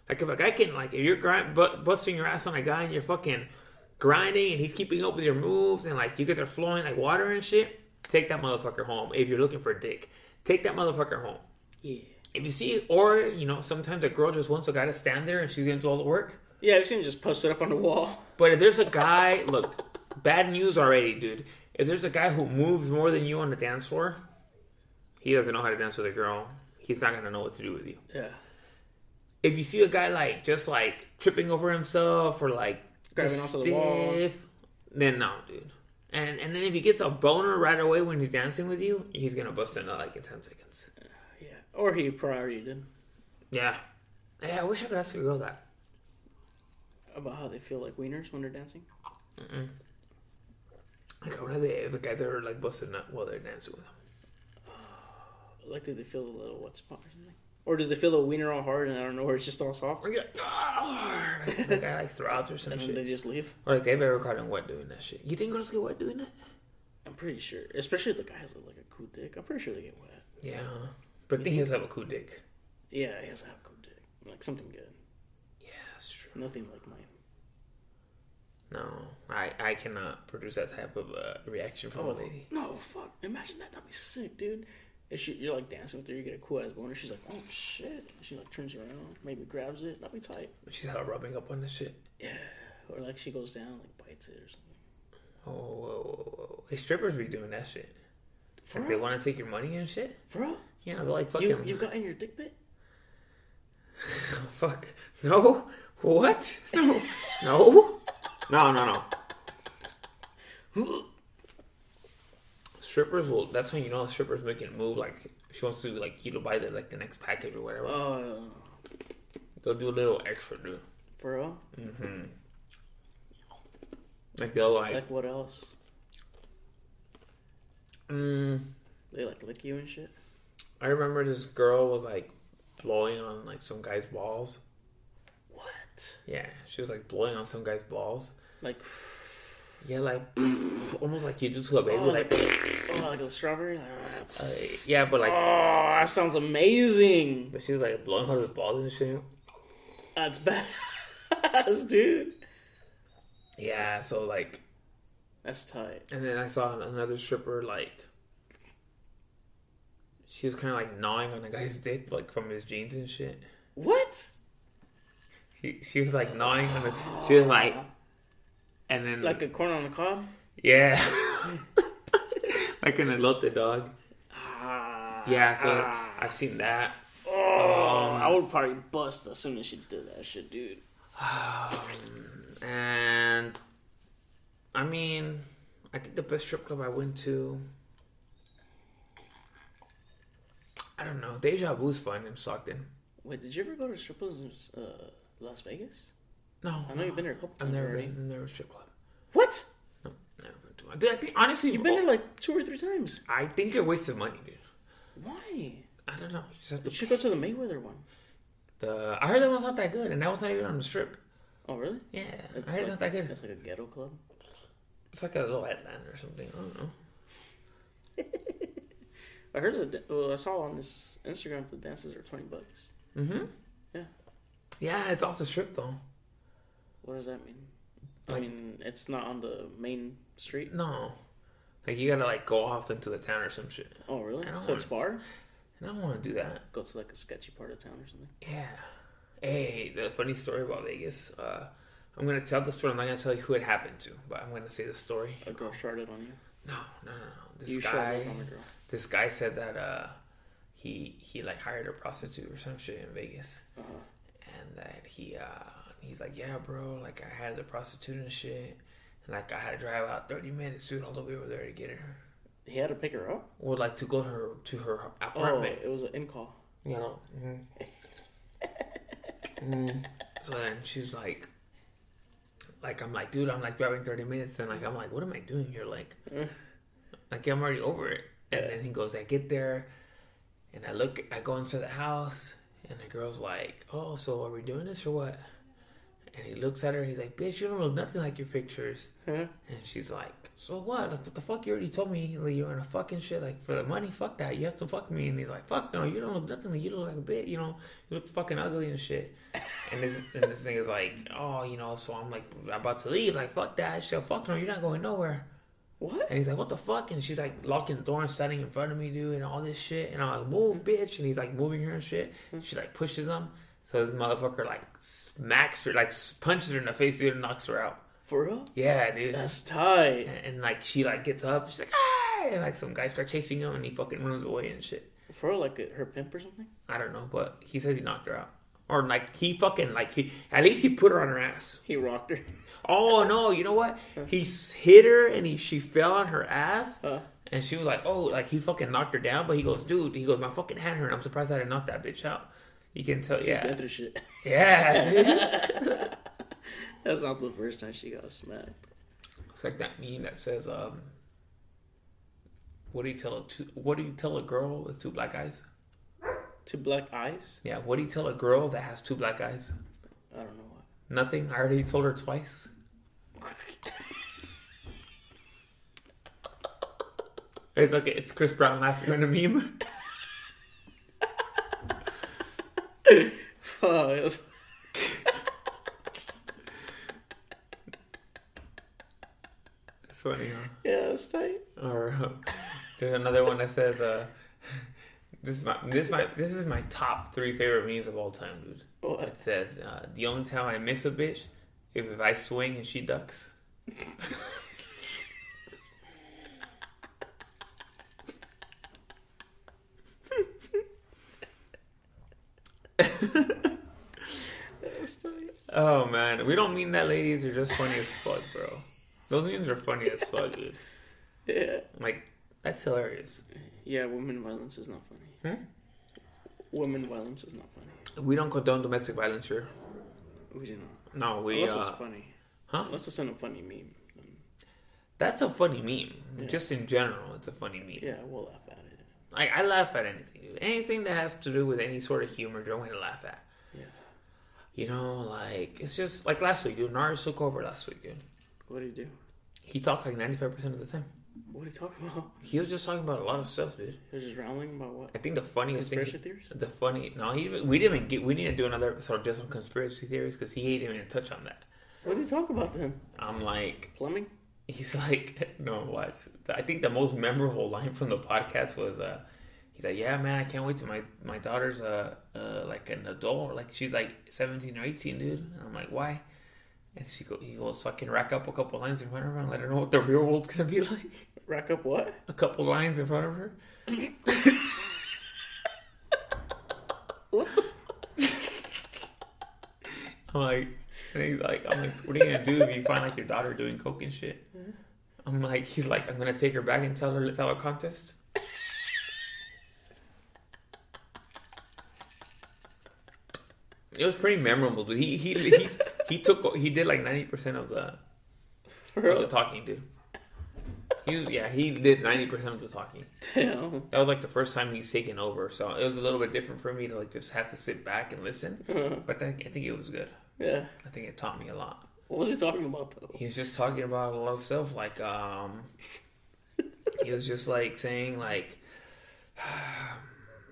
S4: Like if a guy can like if you're grind, but, busting your ass on a guy and you're fucking grinding and he's keeping up with your moves and like you guys are flowing like water and shit, take that motherfucker home. If you're looking for a dick, take that motherfucker home.
S5: Yeah.
S4: If you see, or you know, sometimes a girl just wants a guy to stand there and she's gonna do all the work.
S5: Yeah, I've seen it just post it up on the wall.
S4: But if there's a guy, look, bad news already, dude. If there's a guy who moves more than you on the dance floor, he doesn't know how to dance with a girl. He's not gonna know what to do with you.
S5: Yeah.
S4: if you see a guy like just like tripping over himself or like
S5: Grabbing
S4: just
S5: onto the wall.
S4: then no, dude. And and then if he gets a boner right away when he's dancing with you, he's gonna bust in like in ten seconds.
S5: Yeah. Or he probably already did.
S4: Yeah, yeah. I wish I could ask a girl that.
S5: About how they feel like wieners when they're dancing.
S4: Like, what are they? If a guy that are like busting up while they're dancing with him.
S5: Like, do they feel a little wet spot or something? Or do they feel the wiener all hard and I don't know, or it's just all soft?
S4: Or you like, "Ah!" like, the guy like throats or some
S5: And then they
S4: shit.
S5: just leave?
S4: Or like they've ever caught him wet doing that shit. You think girls get wet doing that?
S5: I'm pretty sure. Especially if the guy has like a cool dick. I'm pretty sure they get wet.
S4: Yeah, but they have a cool dick.
S5: Yeah, he has to have a cool dick. Like something good.
S4: Yeah, that's true.
S5: Nothing like mine.
S4: No, I, I cannot produce that type of uh, reaction from a lady.
S5: No, fuck. Imagine that. That'd be sick, dude. And she, you're like dancing with her, you get a cool ass boner. She's like, oh shit. And she like turns around, maybe grabs it. That'd be tight.
S4: She's out rubbing up on this shit.
S5: Or like she goes down, like bites it or something.
S4: Oh, whoa, whoa, whoa. Hey, strippers be doing that shit. Like they want to take your money and shit.
S5: Bro,
S4: Yeah, they're like fucking.
S5: you, you've gotten your dick bit?
S4: Fuck. No. What? No. No. No. No. No. Strippers will. That's when you know a stripper's making a move. Like she wants to like you to buy the like the next package or whatever.
S5: Uh,
S4: They'll do a little extra, dude.
S5: for real?
S4: Like they'll like.
S5: Like what else?
S4: Mm,
S5: They like lick you and shit?
S4: I remember this girl was like blowing on like some guy's balls.
S5: What?
S4: Yeah, she was like blowing on some guy's balls.
S5: Like,
S4: Yeah, like almost like you do to a baby.
S5: oh,
S4: like
S5: like, oh, like a strawberry? Like,
S4: uh, yeah, but like
S5: oh, that sounds amazing.
S4: but she was like blowing on his balls and shit.
S5: That's badass, dude.
S4: Yeah, so like,
S5: That's tight.
S4: and then I saw another stripper like. She was kind of like gnawing on the guy's dick, like from his jeans and shit.
S5: What?
S4: She, she was like gnawing on the. She was like, and then
S5: Like a corn on the cob?
S4: Yeah. like an elote dog.
S5: Ah,
S4: Yeah, so I've seen that.
S5: I would probably bust as soon as she did that shit, dude.
S4: And I mean, I think the best strip club I went to. I don't know. Deja Vu's fun in Stockton.
S5: Wait, did you ever go to strip clubs in uh, Las Vegas?
S4: No.
S5: I know you've been there a couple
S4: I've
S5: times
S4: never
S5: already.
S4: been. I've never been to a strip club.
S5: What?
S4: No, never been to one. Dude, I think, honestly, oh,
S5: You've been there like two or three times.
S4: I think they're wasting money, dude.
S5: Why?
S4: I don't know. You just have
S5: You
S4: to.
S5: should go to the Mayweather one.
S4: The, I heard that one's not that good, and that one's not even on the strip.
S5: Oh, really?
S4: Yeah,
S5: It's
S4: I heard it's
S5: like-
S4: not that good.
S5: It's like a ghetto club.
S4: It's like a little headland or something. I don't know.
S5: I heard that. Well, I saw on this Instagram the dances are twenty bucks.
S4: Yeah, it's off the strip though.
S5: What does that mean? I
S4: Like-
S5: mean, it's not on the main street.
S4: No, like you gotta like go off into the town or some shit.
S5: Oh, really?
S4: I don't
S5: So it's far.
S4: And I don't want to do that.
S5: Go to like a sketchy part of town or something.
S4: Yeah. Hey, the funny story about Vegas. Uh, I'm gonna tell the story. I'm not gonna tell you who it happened to, but I'm gonna say the story.
S5: A girl started on you.
S4: No, no, no, no. This
S5: You
S4: guy.
S5: started on a girl.
S4: This guy said that uh, he he like hired a prostitute or some shit in Vegas, and that he uh, he's like, yeah, bro, like I hired the prostitute and shit, and like I had to drive out 30 minutes, dude, all the way over there to get her.
S5: He had to pick her up.
S4: Would like to go to her to her
S5: Oh,
S4: apartment.
S5: it was an in call.
S4: You know. Mm. hmm So then she's like, like I'm like, dude, I'm like driving 30 minutes, and like I'm like, what am I doing here? Like, like I'm already over it. And then he goes, I get there, and I look, I go into the house, and the girl's like, oh, so are we doing this or what? And he looks at her, he's like, bitch, you don't look nothing like your pictures.
S5: Huh?
S4: And she's like, "So what? Like, what the fuck? You already told me like, you're on a fucking shit. Like, for the money, fuck that. You have to fuck me." And he's like, "Fuck no, you don't look nothing. You look like a bitch. You know, you look fucking ugly and shit." And this and this thing is like, "Oh, you know." So I'm like, I'm about to leave. Like, fuck that shit. Fuck no, you're not going nowhere.
S5: What?
S4: And he's like, "What the fuck?" And she's like locking the door and standing in front of me, dude, and all this shit. And I'm like, "Move, bitch!" And he's like moving her and shit. And she like pushes him. So this motherfucker like smacks her, like punches her in the face, dude, and knocks her out.
S5: For real?
S4: Yeah, dude.
S5: That's tight.
S4: And, and, like she like gets up, she's like, ah! and like some guy start chasing him, and he fucking runs away and shit.
S5: For real, like a, her pimp or something?
S4: I don't know, but he says he knocked her out, or like he fucking like he at least he put her on her ass.
S5: He rocked her.
S4: Oh no, you know what? He s- hit her and he she fell on her ass.
S5: Huh?
S4: And she was like, "Oh, like he fucking knocked her down." But he goes, "Dude," he goes, "My fucking hand hurt. I'm surprised I didn't knock that bitch out." You can tell,
S5: She's been
S4: yeah,
S5: through shit.
S4: yeah.
S5: That's not the first time she got smacked.
S4: it's like that meme that says, um, "What do you tell a two, what do you tell a girl with two black eyes?"
S5: Two black eyes?
S4: Yeah, what do you tell a girl that has two black eyes?
S5: I don't know what.
S4: Nothing. I already told her twice. It's okay. It's Chris Brown laughing at a meme.
S5: Oh, it was.
S4: It's funny, huh?
S5: Yeah, that's tight.
S4: Or uh, there's another one that says, uh, "This is my this is my this is my top three favorite memes of all time, dude."
S5: What?
S4: It says, uh, "The only time I miss a bitch if if I swing and she ducks."
S5: That's tight.
S4: Oh man, we don't mean that, ladies. You're just funny as fuck, bro. Those memes are funny as fuck, dude.
S5: Yeah.
S4: Like that's hilarious.
S5: Yeah, women violence is not funny.
S4: Hmm?
S5: Women violence is not funny.
S4: We don't condone domestic violence here.
S5: We do not.
S4: No, we.
S5: Unless it's
S4: Uh,
S5: funny.
S4: huh?
S5: Unless it's in a funny meme. then
S4: That's a funny meme. Just in general, it's a funny meme.
S5: Yeah, we'll laugh at it.
S4: Like I laugh at anything, dude. Anything that has to do with any sort of humor, dude, I'm gonna laugh at.
S5: Yeah.
S4: You know, like it's just like last week, dude. Nars took over last week, dude.
S5: What do you do?
S4: He talked like 95 percent of the time.
S5: What are you talking about?
S4: He was just talking about a lot of stuff, dude.
S5: You're just rambling about what?
S4: I think the funniest thing.
S5: Conspiracy theories?
S4: The funny. No, he, we didn't even get. We need to do another episode just on conspiracy theories because he ain't even touch on that.
S5: What do you talk about then?
S4: I'm like,
S5: Plumbing?
S4: he's like, no, watch. I think the most memorable line from the podcast was, uh, he's like, yeah, man, I can't wait till my my daughter's uh, uh like an adult, like she's like 17 or 18, dude. And I'm like, why? And she go, he goes, so I can rack up a couple lines in front of her and let her know what the real world's gonna be like.
S5: Rack up what?
S4: A couple lines in front of her. I'm like, and he's like, I'm like, what are you gonna do if you find like your daughter doing coke and shit? I'm like, he's like, I'm gonna take her back and tell her let's have a contest. It was pretty memorable, dude. He he he, he took he did like ninety percent of the
S5: For
S4: of the
S5: real?
S4: talking, dude. He was, yeah, he did ninety percent of the talking.
S5: Damn.
S4: That was like the first time he's taken over, so it was a little bit different for me to like just have to sit back and listen. But then, I think it was good.
S5: Yeah.
S4: I think it taught me a lot.
S5: What was he talking about though?
S4: He was just talking about a lot of stuff, like um, he was just like saying like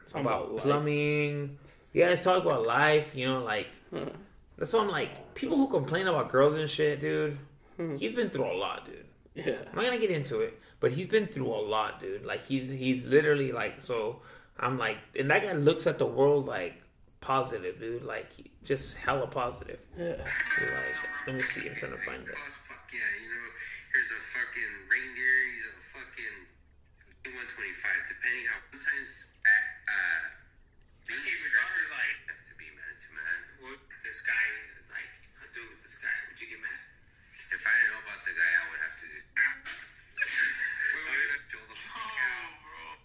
S5: Talking
S4: about
S5: life.
S4: plumbing. You guys talk about life, you know, like
S5: Huh.
S4: that's what I'm like. People who complain about girls and shit, dude. He's been through a lot, dude.
S5: Yeah.
S4: I'm not gonna get into it, but he's been through a lot, dude. Like he's he's literally like so. I'm like, and that guy looks at the world like positive, dude. Like he- just hella positive.
S5: Yeah.
S4: Like, let me see. I'm trying to find it.
S6: Oh, fuck yeah, you know, here's a fucking reindeer, he's a fucking 125, depending how. Sometimes, uh, uh, being aggressive, like, have to be mad too, man. What, this guy is like, I'll do it with this guy. Would you get mad? If I didn't know about the guy, I would have to just. Oh, We're gonna chill the fuck out.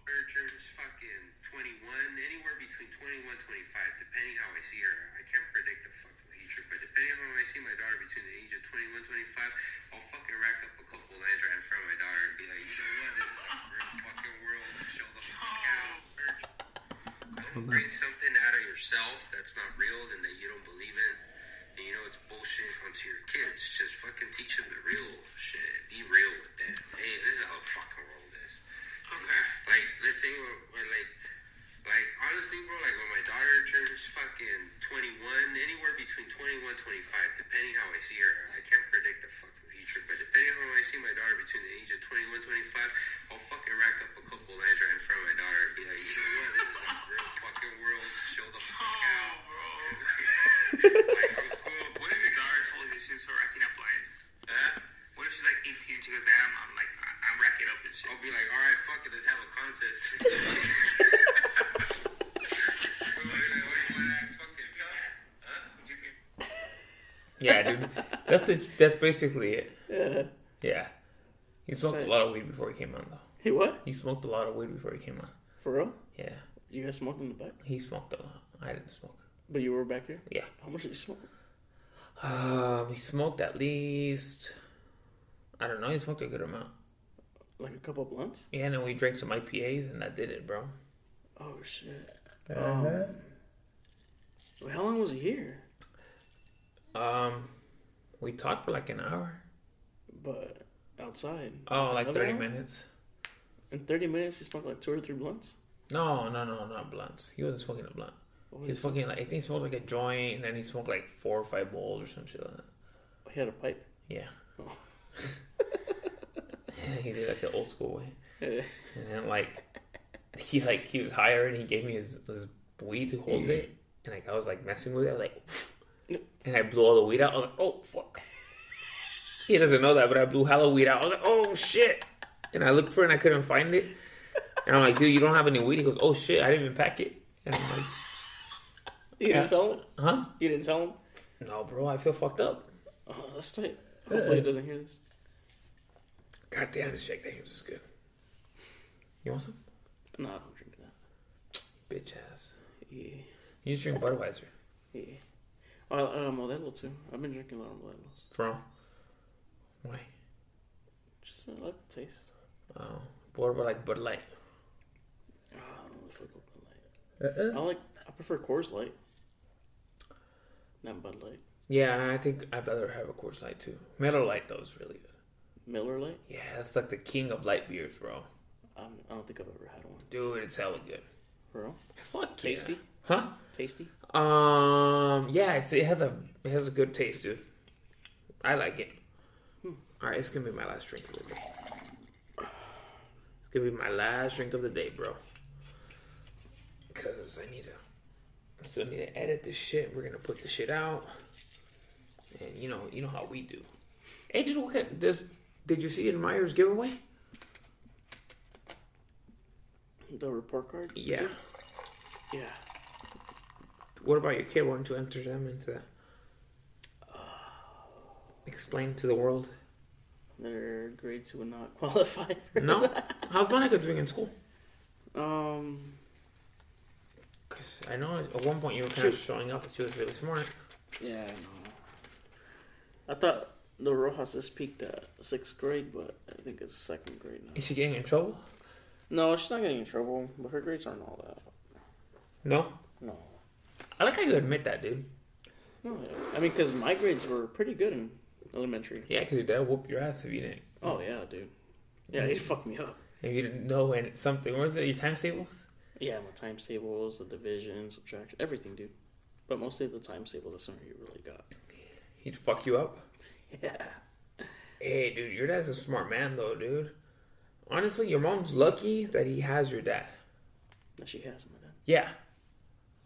S6: Richard's fucking 21, anywhere between 21 21, 25, depending how I see her. I can't predict the fucking future, but depending on how I see my daughter between the age of 21, 25, I'll fucking rack up a couple lines right in front of my daughter and be like, you know what, this is a great fucking world. Show the fuck out. Don't create something out of yourself that's not real and that you don't believe in. And you know it's bullshit onto your kids. Just fucking teach them the real shit. Be real with them. Hey, this is how the fucking world is. Okay. Like, let's say, when, when, like, like honestly, bro, like when my daughter turns fucking 21, anywhere between 21 25, depending how I see her, I can't predict the fucking future, but depending on how I see my daughter between the age of 21 25, I'll fucking rack up a couple lines right in front of my daughter and be like, you know what, this is a real fucking world, show the fuck
S7: Oh,
S6: out. bro. like, I'm cool.
S7: What if your daughter told you she's racking up lines?
S6: Huh?
S7: What if she's like 18 and she goes, damn, I'm like, I- I'm racking up and shit.
S6: I'll be like, alright, fuck it, let's have a contest. We'll be like, what do you want to fucking tell? Huh? Would you be-
S4: Yeah, dude. That's the that's basically it.
S5: Yeah.
S4: Yeah. He smoked a
S5: So-
S4: lot of weed before he came on, though.
S5: Hey, what?
S4: He smoked a lot of weed before he came on.
S5: For real?
S4: Yeah,
S5: You guys smoked in the back?
S4: he smoked a lot. I didn't smoke.
S5: But you were back here?
S4: Yeah.
S5: How much did you smoke?
S4: Um, he smoked at least. I don't know. He smoked a good amount.
S5: Like a couple of blunts?
S4: Yeah, and then we drank some IPAs, and that did it, bro.
S5: Oh, shit. Um, Wait, how long was he here?
S4: Um, we talked for like an hour.
S5: But outside.
S4: Oh, like
S5: Another
S4: thirty
S5: hour?
S4: minutes.
S5: In 30 minutes, he smoked like two or three blunts?
S4: No, no, no, not blunts. He wasn't smoking a blunt.
S5: What
S4: He was
S5: was
S4: smoking like I think he smoked like a joint, and then he smoked like four or five bowls or some shit like that.
S5: he had a pipe.
S4: Yeah. he did like the old school way.
S5: Eh,
S4: And then like he like he was higher and he gave me his, his weed to hold it and like I was like messing with it, I was like and I blew all the weed out, I was like, oh fuck. He doesn't know that, but I blew hella weed out. I was like, oh shit. And I looked for it and I couldn't find it. And I'm like, dude, you don't have any weed? He goes, Oh shit, I didn't even pack it. And I'm like,
S5: you didn't tell him?
S4: huh?
S5: You didn't tell him?
S4: No, bro, I feel fucked up.
S5: Oh, that's tight. Hopefully he doesn't hear this.
S4: God damn, this Jack Daniels is good. You want some?
S5: No, I don't drink that.
S4: Bitch ass.
S5: Yeah.
S4: You just drink Budweiser.
S5: Yeah. Oh, I, uh, Modelo too. I've been drinking a lot of Modelos.
S4: Bro. Why?
S5: Just uh, like the taste.
S4: Oh, what about like Bud Light?
S5: Ah, I don't really fuck with Bud Light. I like. I prefer Coors Light. Not Bud Light.
S4: Yeah, I think I'd rather have a Coors Light too. Miller Light though is really good.
S5: Miller Light.
S4: Yeah, that's like the king of light beers, bro.
S5: I'm, I don't think I've ever had one.
S4: Dude, it's hella good.
S5: For real?
S4: Fuck
S5: Tasty.
S4: yeah.
S5: Tasty.
S4: huh? Um, yeah, it's, it has a it has a good taste, dude. I like it. All right, it's gonna be my last drink of the day. It's gonna be my last drink of the day, bro. Cause I need to I still need to edit this shit. We're gonna put the shit out, and you know you know how we do. Hey, dude, what kind, did did you see in Myers giveaway?
S5: The report card.
S4: Yeah.
S5: Yeah.
S4: What about your kid wanting to enter them into that? Explain to the world.
S5: Their grades would not qualify. for
S4: No?
S5: that.
S4: How's Monica doing in school?
S5: Um.
S4: 'Cause I know at one point you were kind of showing off that she was really smart.
S5: Yeah. I know. I thought the Rojas just peaked at sixth grade, but I think it's second grade now.
S4: Is she getting in trouble?
S5: No, she's not getting in trouble, but her grades aren't all that.
S4: No?
S5: No.
S4: I like how you admit that, dude.
S5: No, I mean, because my grades were pretty good in elementary.
S4: Yeah, because your dad would whoop your ass if you didn't.
S5: Oh, yeah, dude. Yeah, they fucked me up.
S4: If you didn't know and something. What was it? Your times tables?
S5: Yeah, my times tables, the division, subtraction, everything, dude. But mostly the times table, that's something you really got.
S4: He'd fuck you up.
S5: Yeah.
S4: Hey, dude, your dad's a smart man, though, dude. Honestly, your mom's lucky that he has your dad.
S5: That she has, my dad.
S4: Yeah,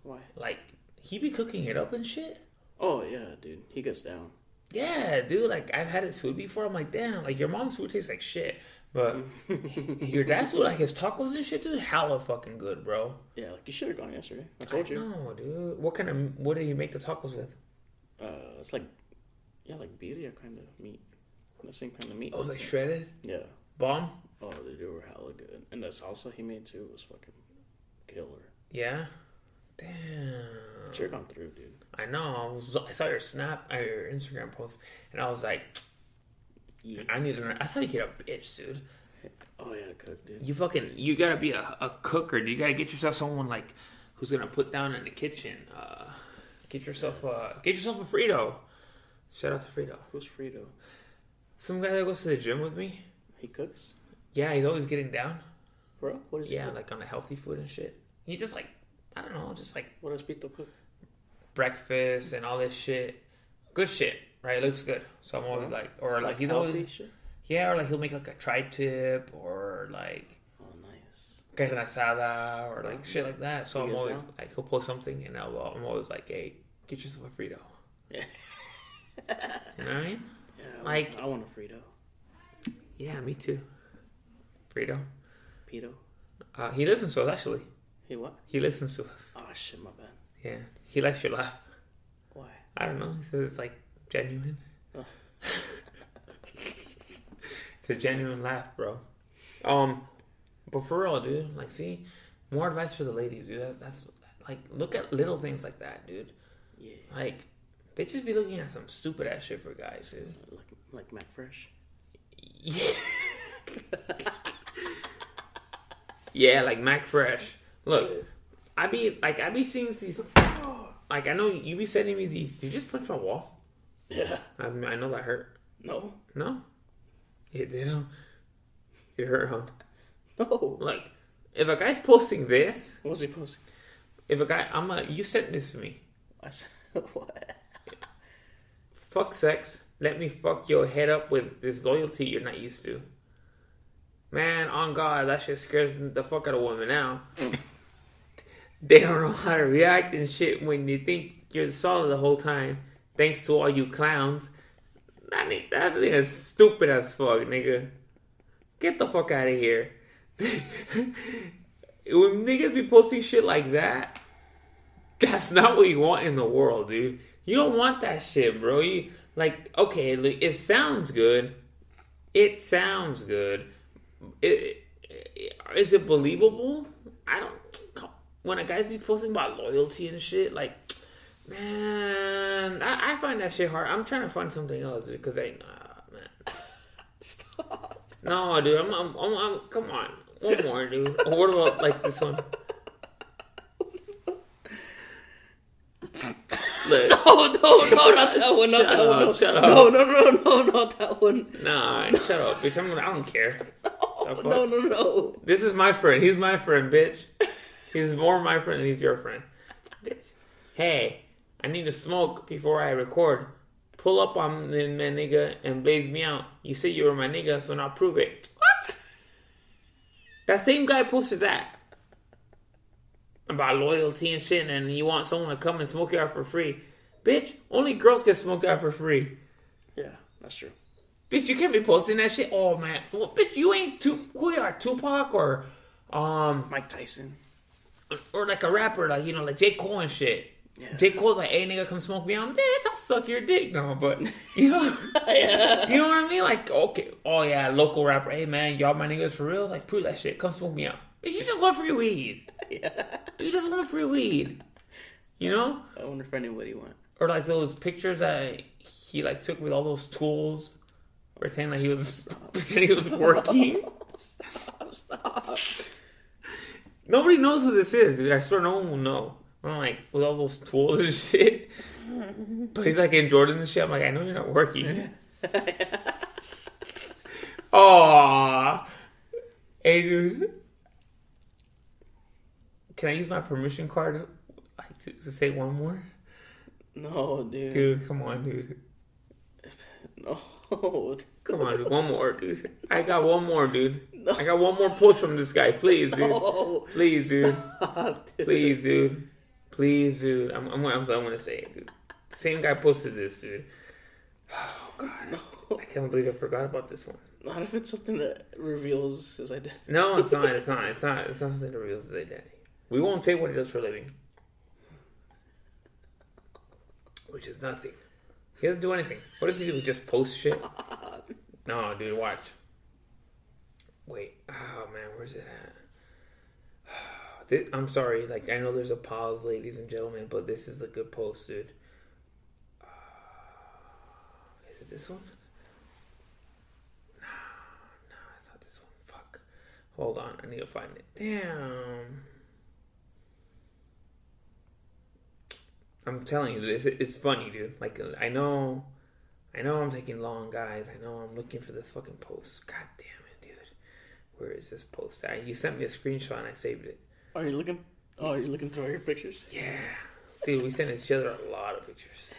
S5: Why?
S4: like he be cooking it up and shit.
S5: Oh, yeah, dude. He gets down.
S4: Yeah, dude, like I've had his food before. I'm like, damn, like your mom's food tastes like shit, but your dad's food, like his tacos and shit, dude, hella fucking good, bro.
S5: Yeah, like you should have gone yesterday. I told you.
S4: No, dude, what kind of what do you make the tacos with?
S5: Uh, it's like, yeah, like birria kind of meat. The same kind of meat.
S4: Oh, like shredded
S5: Yeah.
S4: bomb.
S5: Oh, they do were hella good. And the salsa he made too was fucking killer.
S4: Yeah, Damn.
S5: Jerk on through, dude.
S4: I know. I, was, I saw your snap, or your Instagram post, and I was like,
S5: Yeah.
S4: I need to learn. That's how you get a bitch, dude.
S5: Oh yeah, cook, dude.
S4: You fucking, you gotta be a, a cooker. You gotta get yourself someone like who's gonna put down in the kitchen. Uh, get yourself a, get yourself a Frito. Shout out to Frito.
S5: Who's Frito?
S4: Some guy that goes to the gym with me.
S5: He cooks,
S4: Yeah, he's always getting down.
S5: bro. What is he?
S4: Yeah,
S5: cook?
S4: like on the healthy food and shit. He just like, I don't know, just like
S5: What does Pito cook?
S4: breakfast and all this shit. Good shit, right? It looks good. So I'm always like, or like he's
S5: healthy
S4: always,
S5: shit.
S4: yeah, or like he'll make like a tri tip or like
S5: Oh, nice.
S4: carne asada or like shit like that. So I'm
S5: Yes,
S4: always
S5: huh?
S4: like, he'll post something and I'll, I'm always like, hey, get yourself a Frito.
S5: Yeah.
S4: You know what I mean?
S5: yeah I
S4: Like-
S5: want, I want a Frito.
S4: Yeah, me too. Frito.
S5: Pito.
S4: Uh, he listens to us actually.
S5: Hey, what?
S4: He listens to us.
S5: Oh shit, my bad.
S4: Yeah, he likes your laugh.
S5: Why?
S4: I don't know. He says it's like genuine.
S5: Oh.
S4: it's a genuine laugh, bro. Um, but for real, dude. Like, see, more advice for the ladies, dude. That, that's like, look at little things like that, dude.
S5: Yeah.
S4: Like, they just be looking at some stupid ass shit for guys, dude.
S5: Like like MacFresh.
S4: Yeah. yeah, like Mac Fresh. Look, I be like, I be seeing these. Like, I know you be sending me these. Did you just punch my wall?
S5: Yeah.
S4: I, mean, I know that hurt.
S5: No.
S4: No. It didn't. It hurt, huh?
S5: No.
S4: Like, if a guy's posting this,
S5: What was he posting?
S4: if a guy, I'm a, you sent this to me.
S5: I said what?
S4: Fuck sex. Let me fuck your head up with this loyalty you're not used to. Man, on God, that shit scares the fuck out of women now. they don't know how to react and shit when you think you're solid the whole time, thanks to all you clowns. That ni- that thing is stupid as fuck, nigga. Get the fuck out of here. when niggas be posting shit like that, that's not what you want in the world, dude. You don't want that shit, bro. You like okay, like, it sounds good. It sounds good. It, it, is it believable? I don't. come- When a guy's be posting about loyalty and shit, like, man, I, I find that shit hard. I'm trying to find something else because I, nah, man. No, dude, I'm, I'm, I'm, I'm, come on, one more, dude. Or what about like this one? Look.
S5: Oh no, no, not that one, not
S4: Shut
S5: that one.
S4: up,
S5: No.
S4: shut up.
S5: no, no, no, no, not that one.
S4: Nah, shut up, bitch. I'm, I don't care. The fuck?
S5: No, no, no.
S4: This is my friend. He's my friend, bitch. He's more my friend than he's your friend. Bitch. Hey, I need to smoke before I record. Pull up on me, my nigga, and blaze me out. You said you were my nigga, so now prove it. What? That same guy posted that. About loyalty and shit, and you want someone to come and smoke you out for free. Bitch, only girls get smoked out for free.
S5: Yeah, that's true.
S4: Bitch, you can't be posting that shit. Oh man, well, bitch, you ain't too. Who you are, Tupac or, um,
S5: Mike Tyson.
S4: or like a rapper, like you know, like J Cole and shit.
S5: Yeah.
S4: J Cole's like, "Hey nigga, come smoke me out, bitch. I'll suck your dick." No, but you know, you know what I mean? Like, okay, oh yeah, local rapper. Hey man, y'all my niggas for real. Like, prove that shit. Come smoke me out. Bitch, you just want free weed. You just want free weed. You know,
S5: I wonder if anybody went.
S4: or like those pictures that he like took with all those tools, pretend like he was pretend he was working.
S5: Stop, stop.
S4: Nobody knows who this is, dude. I swear no one will know. I'm like, with all those tools and shit. But he's like in Jordan and shit. I'm like, I know you're not working. Aww. Hey, dude. Can I use my permission card like, to, to say one more?
S5: No, dude.
S4: Dude, come on, dude.
S5: No.
S4: Come on, dude. One more, dude. I got one more, dude. I got one more post from this guy. Please, dude.
S5: Oh,
S4: Please, dude.
S5: stop, dude.
S4: Please, dude. Please, dude. I'm, I'm, I'm, I'm gonna say it, dude. Same guy posted this, dude. Oh god,
S5: No.
S4: I can't believe I forgot about this one.
S5: Not if it's something that reveals his identity.
S4: No, it's not. It's not. It's not. It's not something that reveals his identity. We won't say what he does for a living, which is nothing. He doesn't do anything. What does he do? Just post shit? No, dude. Watch. Wait. Oh man, where's it at? Thi- I'm sorry, like I know there's a pause, ladies and gentlemen, but this is a good post, dude. Uh, is it this one? No, no, it's not this one. Fuck. Hold on, I need to find it. Damn. I'm telling you, it's, it's funny, dude. Like I know, I know I'm taking long, guys. I know I'm looking for this fucking post. God damn it, dude. Where is this post? I, you sent me a screenshot and I saved it.
S5: Are you looking? Oh, you're looking through all your pictures.
S4: Yeah, dude, we sent each other a lot of pictures.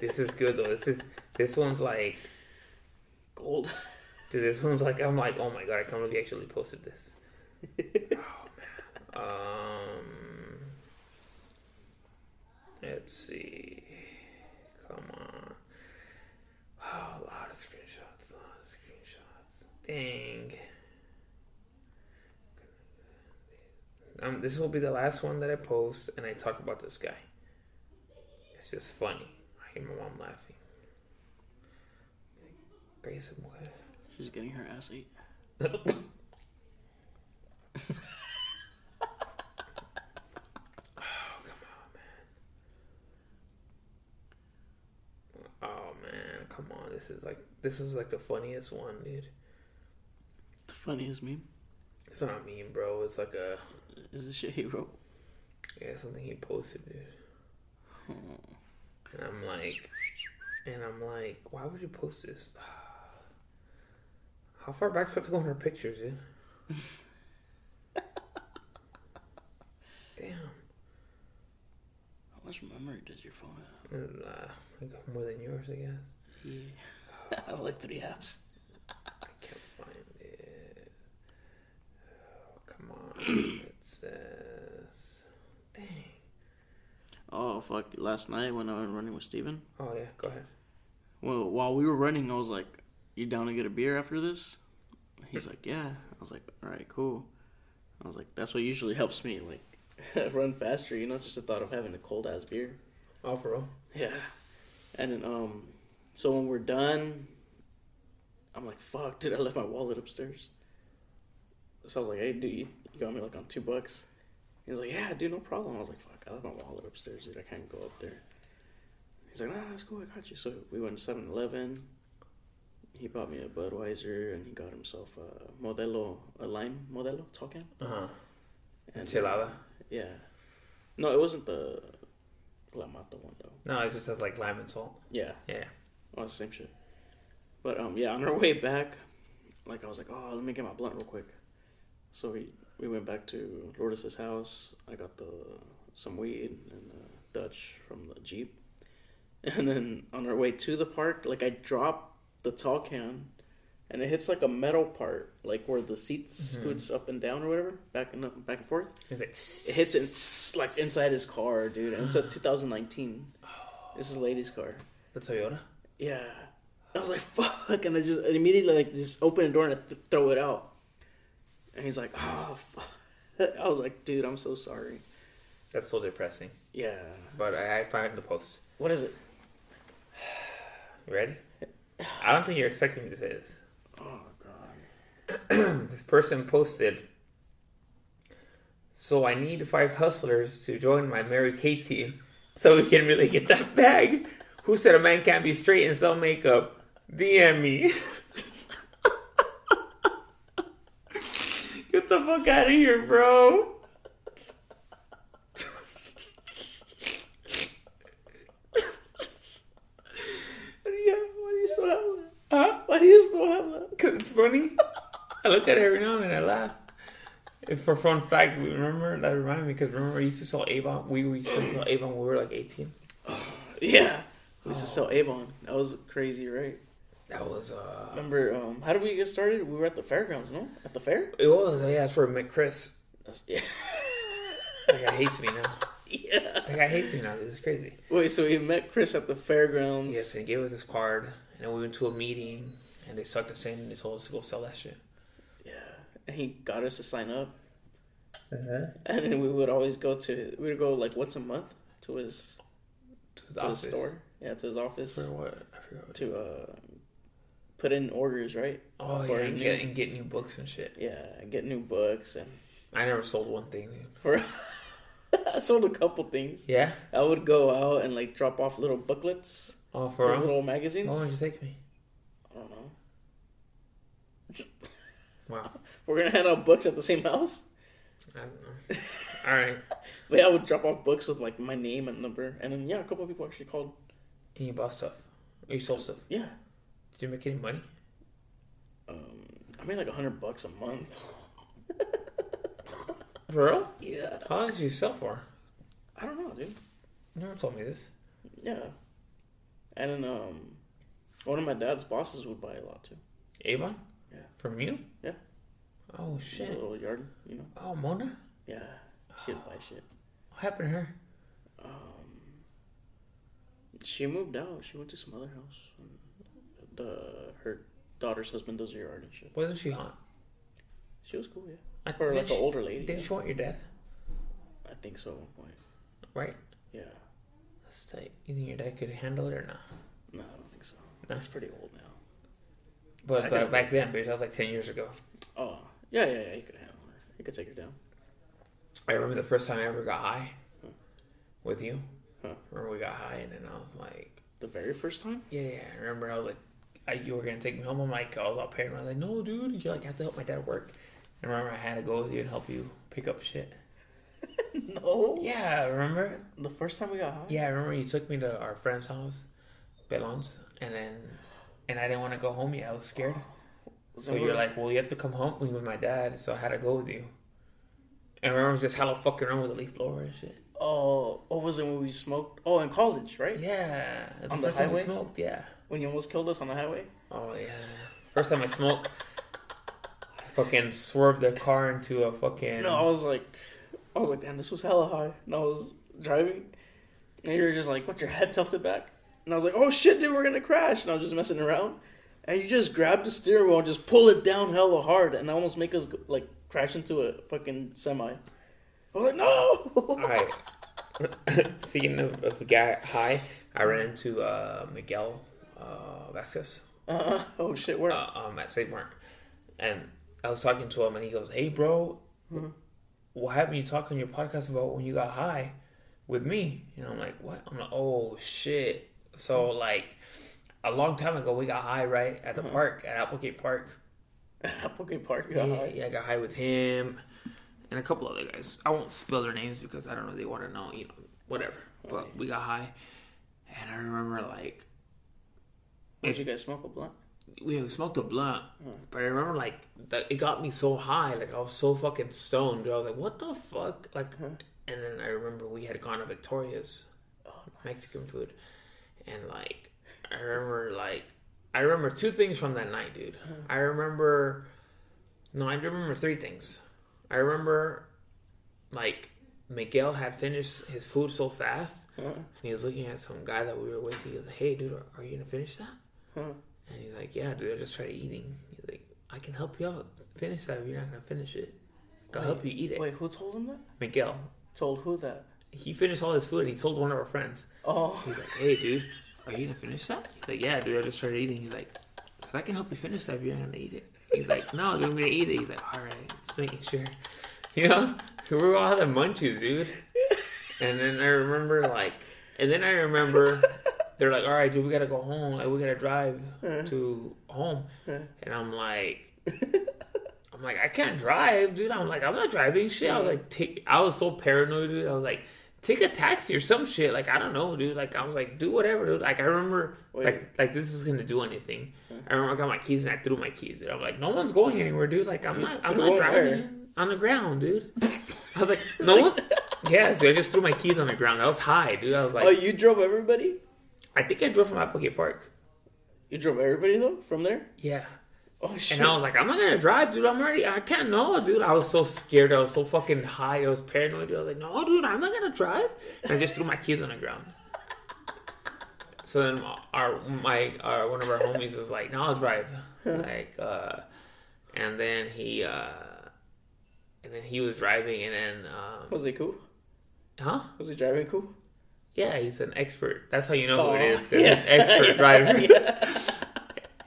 S4: This is good though. This is this one's like,
S5: Gold.
S4: dude, this one's like, I'm like, oh my god, I can't believe you actually posted this. Oh man. Um, let's see. Come on. Oh, a lot of screenshots. A lot of screenshots. Dang. Um, this will be the last one that I post, and I talk about this guy. It's just funny. I hear my mom laughing. Grace, mujer.
S5: She's getting her ass ate.
S4: Oh man, come on! This is like this is like the funniest one, dude.
S5: The funniest meme
S4: It's not a meme, bro. It's like a
S5: is the shit he wrote.
S4: yeah, something he posted, dude. And I'm like, and I'm like, why would you post this? How far back do I have to go in her pictures, dude? Damn,
S5: How much memory does your phone have?
S4: uh, I got more than yours, I guess.
S5: Yeah. I have like three apps.
S4: I can't find it. Oh, come on. it says. Dang.
S5: Oh fuck! Last night when I was running with Steven,
S4: Oh, yeah, go ahead.
S5: well, while we were running, I was like, "You down to get a beer after this?" He's like, "Yeah." I was like, "All right, cool." I was like, "That's what usually helps me like run faster, you know, just the thought of having a cold ass beer."
S4: Oh, for real?
S5: Yeah. And then, um, so when we're done, I'm like, fuck, dude, I left my wallet upstairs. So I was like, hey, dude, you you got me like on two bucks? He's like, yeah, dude, no problem. I was like, fuck, I left my wallet upstairs, dude, I can't go up there. He's like, nah, that's cool, I got you. So we went to 7 Eleven. He bought me a Budweiser and he got himself a Modelo, a lime Modelo, tall can.
S4: Uh huh.
S5: And,
S4: Chilada?
S5: Yeah. No, it wasn't the La Mata one, though.
S4: No, it just has like lime and salt.
S5: Yeah.
S4: Yeah.
S5: Oh, same shit. But um, yeah, on our way back, like I was like, oh, let me get my blunt real quick. So we we went back to Lourdes' house. I got the some weed and uh, Dutch from the jeep, and then on our way to the park, like I dropped the tall can, and it hits like a metal part, like where the seat scoots up and down or whatever, back and up, back and forth
S4: It's like.
S5: it hits it like inside his car, dude. And it's a 2019. This is lady's car.
S4: The Toyota?
S5: Yeah. I was like, fuck. And I just I immediately like just open the door and I th- throw it out. And he's like, oh, fuck. I was like, dude, I'm so sorry.
S4: That's so depressing.
S5: Yeah.
S4: But I, I found the post.
S5: What is it?
S4: You ready? I don't think you're expecting me to say this.
S5: Oh, God.
S4: This person posted. So I need five hustlers to join my Mary Kay team so we can really get that bag. Who said a man can't be straight and sell makeup? DM me. get the fuck out of here, bro. Why do you, why do you still have that? Huh? Why do you still have that? Because it's funny. I look at it every now and then I laugh. And for fun fact, we remember that reminded me because remember we used to sell Avon. We we used to sell Avon when we were like eighteen.
S5: Yeah. We used to
S4: Oh.
S5: sell Avon. That was crazy, right?
S4: That was uh,
S5: Remember, um, how did we get started? We were at the fairgrounds, no? At the fair?
S4: it was uh, yeah it's for McChris.
S5: That's- yeah.
S4: That guy hates me now.
S5: yeah.
S4: That guy hates me now. This is crazy.
S5: Wait, so we met Chris at the fairgrounds.
S4: Yes, and he gave us his card, and then we went to a meeting, and they sucked us in, and they told us to go sell that shit.
S5: Yeah, and he got us to sign up,
S4: Uh-huh.
S5: and then we would always go to we would go like once a month to his
S4: To his
S5: to his
S4: office.
S5: store, yeah, to his office
S4: For what? I forgot. What
S5: to uh, put in orders, right?
S4: oh
S5: for
S4: yeah,
S5: a
S4: and
S5: new-
S4: get, and get new books and shit.
S5: Yeah, get new books and
S4: I never sold one thing, dude.
S5: For I sold a couple things.
S4: Yeah?
S5: I would go out and like drop off little booklets,
S4: Oh, for real?
S5: little magazines.
S4: How long did you take me?
S5: I don't know.
S4: Wow.
S5: We're gonna hand out books at the same house.
S4: I don't know. All right.
S5: But yeah, I would drop off books with like my name and number, and then yeah, a couple of people actually called.
S4: And you bought stuff. Or you sold stuff.
S5: Yeah,
S4: Did you make any money?
S5: um, I made like a hundred bucks a month.
S4: For real?
S5: Yeah,
S4: How long did you sell for?
S5: I don't know, dude.
S4: You never told me this.
S5: Yeah, and then um, one of my dad's bosses would buy a lot too.
S4: Avon?
S5: Yeah.
S4: From you?
S5: Yeah,
S4: Oh,
S5: she had a
S4: shit.
S5: little yard, you know.
S4: Oh, Mona?
S5: Yeah, she'd buy shit.
S4: What happened to her?
S5: She moved out. She went to some other house. And the her daughter's husband does her yard and shit.
S4: Wasn't she hot?
S5: She was cool, yeah.
S4: I- didn't
S5: Or like an
S4: she-
S5: older lady.
S4: Didn't
S5: yeah.
S4: you want your dad?
S5: I think so at one point.
S4: Right.
S5: Yeah.
S4: That's tight. You think your dad could handle it or not?
S5: No, I don't think so. That's pretty old now.
S4: But,
S5: could've-
S4: but back then, bitch, that was like 10 years ago.
S5: Oh, yeah, yeah, yeah. He could handle her. He could take her down.
S4: I remember the first time I ever got high with you.
S5: Huh.
S4: Remember we got high, and then I was like,
S5: The very first time?
S4: yeah, yeah. I remember I was like, I, you were gonna take me home. I'm like, I was all paranoid. I was like, no, dude, you like I have to help my dad work. And I remember I had to go with you and help you pick up shit.
S5: No.
S4: Yeah, I remember.
S5: The first time we got high?
S4: Yeah, I remember you took me to our friend's house, Belon's, and then, and I didn't want to go home yet. I was scared. So you're like, well, you have to come home with me with my dad. So I had to go with you. And I remember just how fucking around with the leaf blower and shit.
S5: oh, what was it when we smoked? Oh, in college, right?
S4: Yeah, that's
S5: On
S4: the
S5: the
S4: first time I
S5: highway?
S4: smoked. Yeah.
S5: When you almost killed us on the highway?
S4: Oh yeah. First time I smoked, I fucking swerved the car into a fucking.
S5: No, I was like, I was like, damn, this was hella high. And I was driving, and you were just like, what, your head tilted back? And I was like, oh shit, dude, we're gonna crash. And I was just messing around, and you just grabbed the steering wheel and just pull it down hella hard, and almost make us like crash into a fucking semi. I was like, no.
S4: All right. Speaking of, of a guy high, I ran into uh, Miguel uh, Vasquez
S5: Uh, oh shit, where?
S4: uh, um, at State Mart, and I was talking to him, and he goes, "Hey, bro, what happened? You talking your podcast about when you got high with me?" And I'm like, "What?" I'm like, "Oh shit!" So like, a long time ago, we got high right at the park at Applegate Park.
S5: Applegate Park. you got
S4: Yeah,
S5: high.
S4: Uh, yeah, I got high with him and a couple other guys. I won't spell their names because I don't know they want to know, you know, whatever. But we got high, and I remember like
S5: Did you guys smoke a blunt?
S4: we had smoked a blunt, but I remember like that it got me so high, like I was so fucking stoned. dude. I was like, what the fuck, like. And then I remember we had gone to Victoria's Mexican food, and like I remember like I remember two things from that night, dude.
S5: Uh-huh.
S4: I remember no, I remember three things. I remember like Miguel had finished his food so fast,
S5: Uh-huh.
S4: and he was looking at some guy that we were with. He goes, "Hey, dude, are, are you gonna finish that?"
S5: Uh-huh.
S4: And he's like, "Yeah, dude, I just tried eating." He's like, "I can help you out finish that if you're not gonna finish it. I'll help you eat it."
S5: Wait, who told him that?
S4: Miguel,
S5: Told who that?
S4: he finished all his food and he told one of our friends.
S5: Oh,
S4: He's like, "Hey, dude, are you gonna finish that?" He's like, "Yeah, dude, I just started eating." He's like, "Cause I can help you finish that if you're not gonna eat it." He's like, "No, dude, I'm gonna eat it." He's like, "All right, just making sure." You know, so we all had the munchies, dude. And then I remember like, and then I remember they're like, "All right, dude, we gotta go home. Like, we gotta drive
S5: Uh-huh.
S4: to home." And I'm like. I'm like, I can't drive, dude. I'm like, I'm not driving shit. I was like, take. I was so paranoid, dude. I was like, take a taxi or some shit. Like, I don't know, dude. Like, I was like, do whatever, dude. Like, I remember, like, like this is gonna do anything.
S5: Uh-huh.
S4: I remember I got my keys and I threw my keys. Dude. I'm like, no one's going anywhere, dude. Like, I'm not, I'm
S5: Threw
S4: not
S5: them
S4: driving
S5: where?
S4: on the ground, dude. I was like, no one's. Yeah, so I just threw my keys on the ground. I was high, dude. I was
S5: oh,
S4: like,
S5: you drove everybody?
S4: I think I drove from Applegate Park.
S5: You drove everybody though from there?
S4: Yeah.
S5: Oh shit.
S4: And I was like, I'm not gonna drive, dude. I'm already, I can't know, dude. I was so scared. I was so fucking high. I was paranoid. Dude. I was like, no, dude, I'm not gonna drive. And I just threw my keys on the ground. So then our my our, one of our homies was like, no, I'll drive. Like, uh, and then he uh, and then he was driving, and then um,
S5: was he cool?
S4: huh?
S5: Was he driving cool?
S4: Yeah, he's an expert. That's how you know who it
S5: Aw,
S4: is. 'cause he's
S5: yeah.
S4: an expert driver.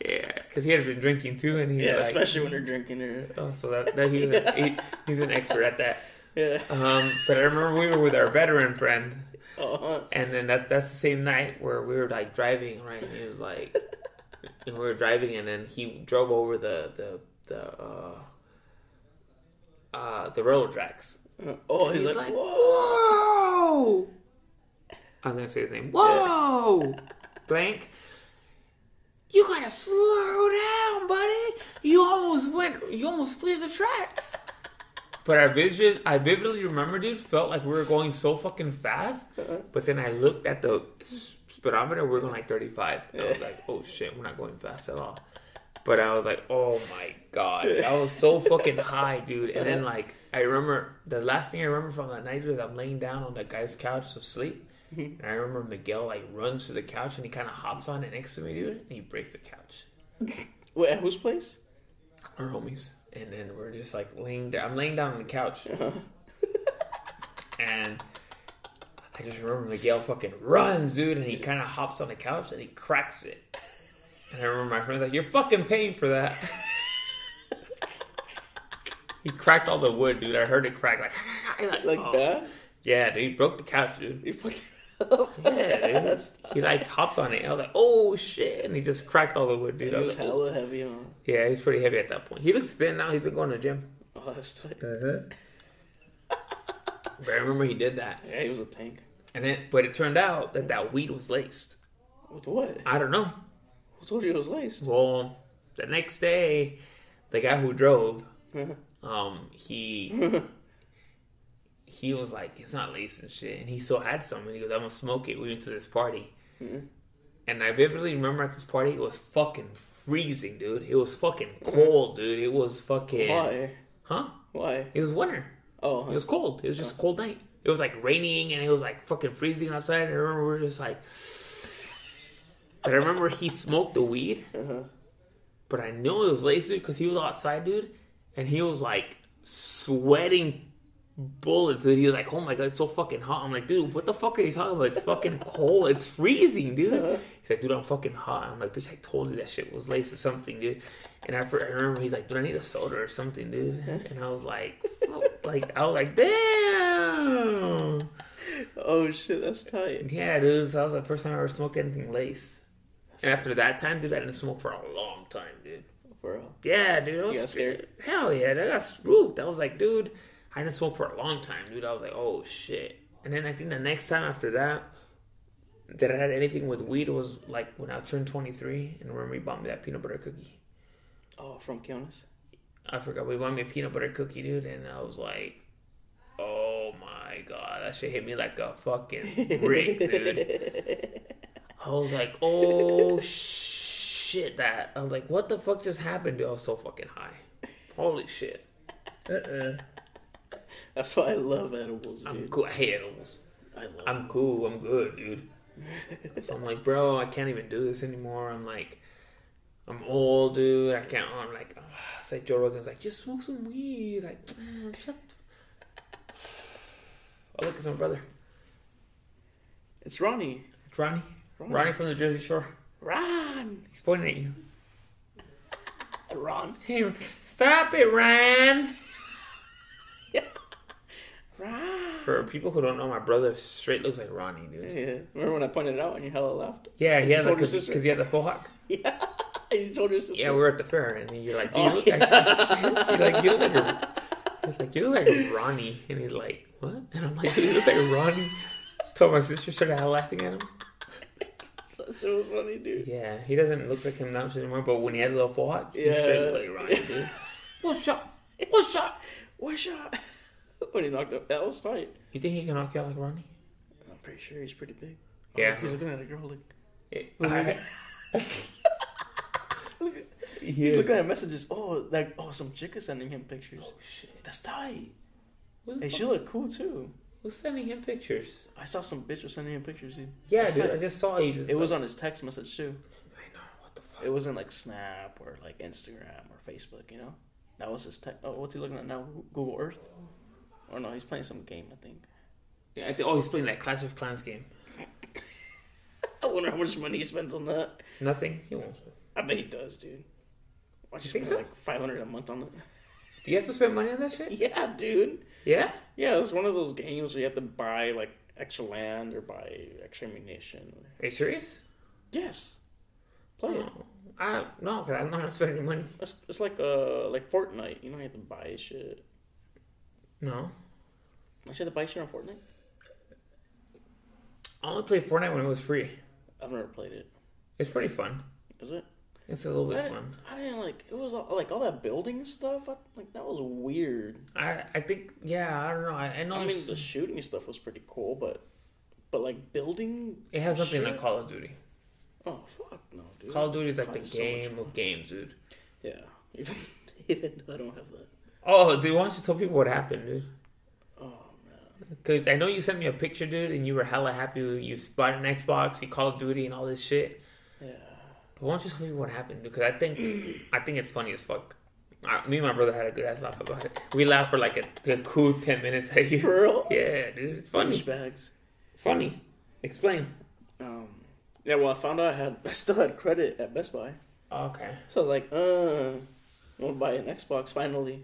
S4: yeah, because he had been drinking too, and he
S5: Yeah,
S4: like,
S5: especially when they're drinking or
S4: oh, so that, that he's an, he, he's an expert at that.
S5: yeah.
S4: Um, but I remember we were with our veteran friend,
S5: Uh-huh.
S4: and then that that's the same night where we were like driving, right? And he was like, and we were driving, and then he drove over the the the uh, uh, the railroad tracks.
S5: Oh, he's,
S4: He's
S5: like,
S4: like,
S5: "Whoa."
S4: whoa! I was gonna say his name. Whoa, blank. You gotta slow down, buddy. You almost went. You almost cleared the tracks. But I vision, I vividly remember, dude, felt like we were going so fucking fast. But then I looked at the s- speedometer, we were going like 35. And I was like, oh shit, we're not going fast at all. But I was like, oh my god, I was so fucking high, dude. And then like, I remember the last thing I remember from that night dude, is I'm laying down on that guy's couch to sleep, and I remember Miguel like runs to the couch and he kind of hops on it next to me, dude, and he breaks the couch.
S5: Wait, at whose place?
S4: Our homies, and then we're just like laying down. I'm laying down on the couch, and I just remember Miguel fucking runs, dude, and he kind of hops on the couch and he cracks it. And I remember my friend's like, "You're fucking paying for that." he cracked all the wood, dude. I heard it crack like, like,
S5: Like
S4: oh.
S5: that?
S4: Yeah, dude, he broke the couch, dude.
S5: You fucking up.
S4: Yeah, dude. He like hopped on it. I was like, "Oh shit!" And he just cracked all the wood, dude.
S5: It
S4: I
S5: was
S4: was like,
S5: hella heavy, huh?
S4: yeah, he's pretty heavy at that point. He looks thin now. He's been going to the gym.
S5: Oh, that's tight.
S4: But I remember he did that,
S5: Yeah, he was a tank.
S4: and then but it turned out that that weed was laced.
S5: With what?
S4: I don't know.
S5: Who told you it was laced?
S4: Well, the next day, the guy who drove, um, he he was like, "It's not laced and shit," and he still had some, and he goes, "I'm gonna smoke it." We went to this party, and I vividly remember at this party, it was fucking freezing, dude. It was fucking cold, dude. It was fucking
S5: Why?
S4: huh?
S5: Why?
S4: It was winter.
S5: Oh,
S4: It was cold. It was just a cold night. It was like raining and it was like fucking freezing outside. And I remember we were just like. But I remember he smoked the weed. But I knew it was lazy because he was outside, dude. And he was like sweating bullets, dude. He was like, oh my god, it's so fucking hot. I'm like, dude, what the fuck are you talking about? It's fucking cold. It's freezing, dude. He's like, dude, I'm fucking hot. I'm like, bitch, I told you that shit was laced or something, dude. And I, fr- I remember he's like, dude, I need a soda or something, dude. And I was like, fuck. like I was like, damn.
S5: oh shit, that's tight.
S4: Yeah, dude, so that was the first time I ever smoked anything laced. And after that time, dude, I didn't smoke for a long time, dude.
S5: For real.
S4: Yeah, dude. I was
S5: You got scared?
S4: Hell yeah, I got spooked. I was like, dude, I didn't smoke for a long time, dude. I was like, oh shit. And then I think the next time after that, that I had anything with weed was like when I turned 23 and remember he bought me that peanut butter cookie.
S5: Oh, from Kiwanis?
S4: I forgot, we bought me a peanut butter cookie, dude. And I was like, oh my god, that shit hit me like a fucking brick, dude. I was like, oh shit, that. I was like, what the fuck just happened, dude? I was so fucking high. Holy shit.
S5: That's why I love edibles,
S4: I'm
S5: dude.
S4: cool. I hate edibles.
S5: I love
S4: I'm cool. I'm good, dude. so I'm like, bro, I can't even do this anymore. I'm like, I'm old, dude. I can't. I'm like, ugh. it's like Joe Rogan's like, just smoke some weed. Like, man, shut. Oh, look, it's my brother.
S5: It's Ronnie.
S4: It's Ronnie. Ronnie. from the Jersey Shore.
S5: Ron!
S4: He's pointing at you.
S5: Ron?
S4: Hey, stop it, Ron.
S5: Ron!
S4: For people who don't know, my brother straight looks like Ronnie, dude.
S5: Yeah. Remember when I pointed it out and you hella laughed?
S4: Yeah, he has
S5: told your
S4: because
S5: sister.
S4: he had the full hawk.
S5: Yeah. you told your sister.
S4: Yeah, we were at the fair, and you're like, "Do you
S5: Oh,
S4: look like, you're like, you look like a, he's like, you look like Ronnie," and he's like, "What?" And I'm like, "Dude, "He looks like Ronnie." Told my sister, started laughing at him.
S5: That's so funny, dude.
S4: Yeah, he doesn't look like him now anymore. But when he had a little full hot, he
S5: Yeah.
S4: straight looked like Ronnie. Dude.
S5: What's up? What's up? What's up? when he knocked up, that was tight.
S4: You think he can knock you out like Ronnie?
S5: I'm pretty sure he's pretty big.
S4: Yeah.
S5: He's looking at a girl. Like,
S4: I-
S5: he's
S4: He-
S5: looking at messages. Oh, like oh, some chick is sending him pictures. Oh shit, that's tight.
S4: Who the
S5: Hey, she
S4: fuck's-
S5: looked cool too.
S4: Who's sending him pictures?
S5: I saw some bitch was sending him pictures. Dude.
S4: Yeah,
S5: That's
S4: dude,
S5: tight.
S4: I just saw you.
S5: It was on his text message too.
S4: I know what the fuck.
S5: It wasn't like Snap or like Instagram or Facebook. You know, that was his text. Oh, what's he looking at now? Google Earth? Or no, he's playing some game. I think.
S4: Yeah, I think, oh, he's playing that Clash of Clans game.
S5: I wonder how much money he spends on that.
S4: Nothing. He won't.
S5: I bet he does, dude. I just
S4: think
S5: spent
S4: so?
S5: like five hundred a month on it.
S4: Do you have to spend money on that shit?
S5: Yeah, dude.
S4: Yeah.
S5: Yeah, it's one of those games where you have to buy like extra land or buy extra ammunition.
S4: Are you serious?
S5: Yes, play it.
S4: I no, because I don't know how to spend any money.
S5: It's, it's like uh like Fortnite. You know, you have to buy shit.
S4: No.
S5: Don't you have to buy shit on Fortnite?
S4: I only played Fortnite when it was free.
S5: I've never played it.
S4: It's pretty fun.
S5: Is it?
S4: It's a little bit
S5: I,
S4: fun.
S5: I didn't like. It was all, like all that building stuff. I, like that was weird.
S4: I I think yeah. I don't know. I, I know
S5: I mean,
S4: it's-
S5: the shooting stuff was pretty cool, but but like building.
S4: it has nothing
S5: shit?
S4: like Call of Duty.
S5: Oh fuck no, dude.
S4: Call of Duty is like the
S5: Probably so much
S4: game of games, dude.
S5: Yeah, even even though I don't have that.
S4: Oh, dude, why don't you tell people what happened, dude?
S5: Oh
S4: Because I know you sent me a picture, dude, and you were hella happy. You bought an Xbox, you Call of Duty, and all this shit.
S5: man. Yeah.
S4: But why don't you tell me what happened? Because I think I think it's funny as fuck. I, me and my brother had a good ass laugh about it. We laughed for like a, a cool ten minutes at you.
S5: For real?
S4: Yeah, dude, it's funny.
S5: Douchebags.
S4: It's funny. Explain.
S5: Um. Yeah. Well, I found out I had I still had credit at Best Buy.
S4: Okay.
S5: So I was like, uh, I want to buy an Xbox finally.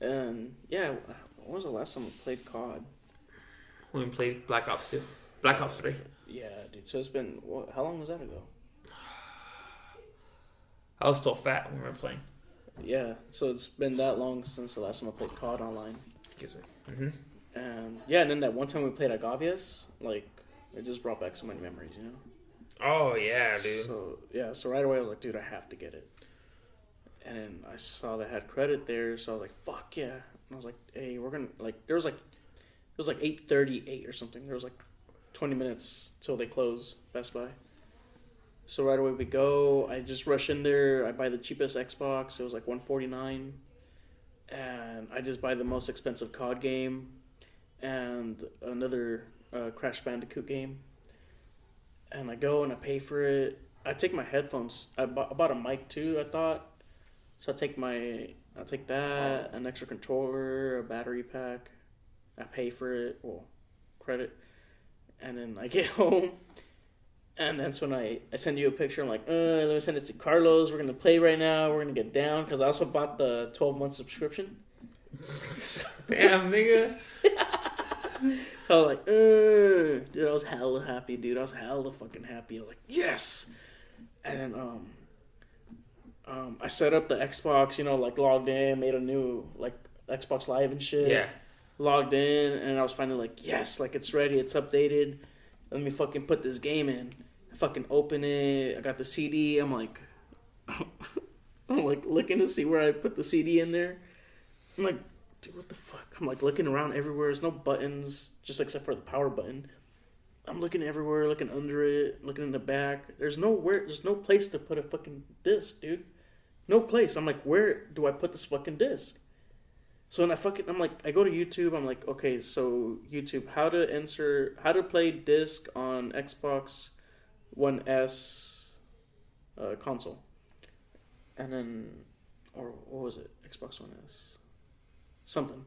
S5: And yeah, when was the last time I played COD?
S4: When we played Black Ops Two, Black Ops Three.
S5: Yeah, dude. So it's been, what, how long was that ago?
S4: I was still fat when we were playing.
S5: Yeah, so it's been that long since the last time I played COD online.
S4: Excuse me.
S5: And yeah, and then that one time we played Agavius, like, it just brought back so many memories, you know?
S4: Oh yeah, dude.
S5: So yeah, so right away I was like, dude, I have to get it. And then I saw they had credit there, so I was like, fuck yeah. And I was like, hey, we're gonna like there was like it was like eight thirty eight or something. There was like twenty minutes till they close Best Buy. So right away we go. I just rush in there. I buy the cheapest Xbox. It was like one forty nine, and I just buy the most expensive COD game, and another uh, Crash Bandicoot game and I go and I pay for it. I take my headphones. I bought, I bought a mic too. I thought so. I take my I take that an extra controller, a battery pack. I pay for it. Well, credit, and then I get home. And that's when I, I send you a picture. I'm like, uh, let me send it to Carlos. We're gonna play right now. We're gonna get down because I also bought the 12 month subscription.
S4: Damn, nigga.
S5: I was like, Ugh. dude, I was hella happy, dude. I was hella fucking happy. I was like, yes. And um, um, I set up the Xbox, you know, like logged in, made a new like Xbox Live and shit.
S4: Yeah.
S5: Logged in, and I was finally like, yes, like it's ready, it's updated. Let me fucking put this game in. I fucking open it. I got the CD. I'm like, I'm like looking to see where I put the CD in there. I'm like, dude, what the fuck? I'm like looking around everywhere. There's no buttons, just except for the power button. I'm looking everywhere, looking under it, looking in the back. There's nowhere. There's no place to put a fucking disc, dude. No place. I'm like, where do I put this fucking disc? So then I fucking I'm like I go to YouTube. I'm like, okay, so YouTube, how to insert, how to play disc on Xbox One S uh, console, and then or what was it? Xbox One S something.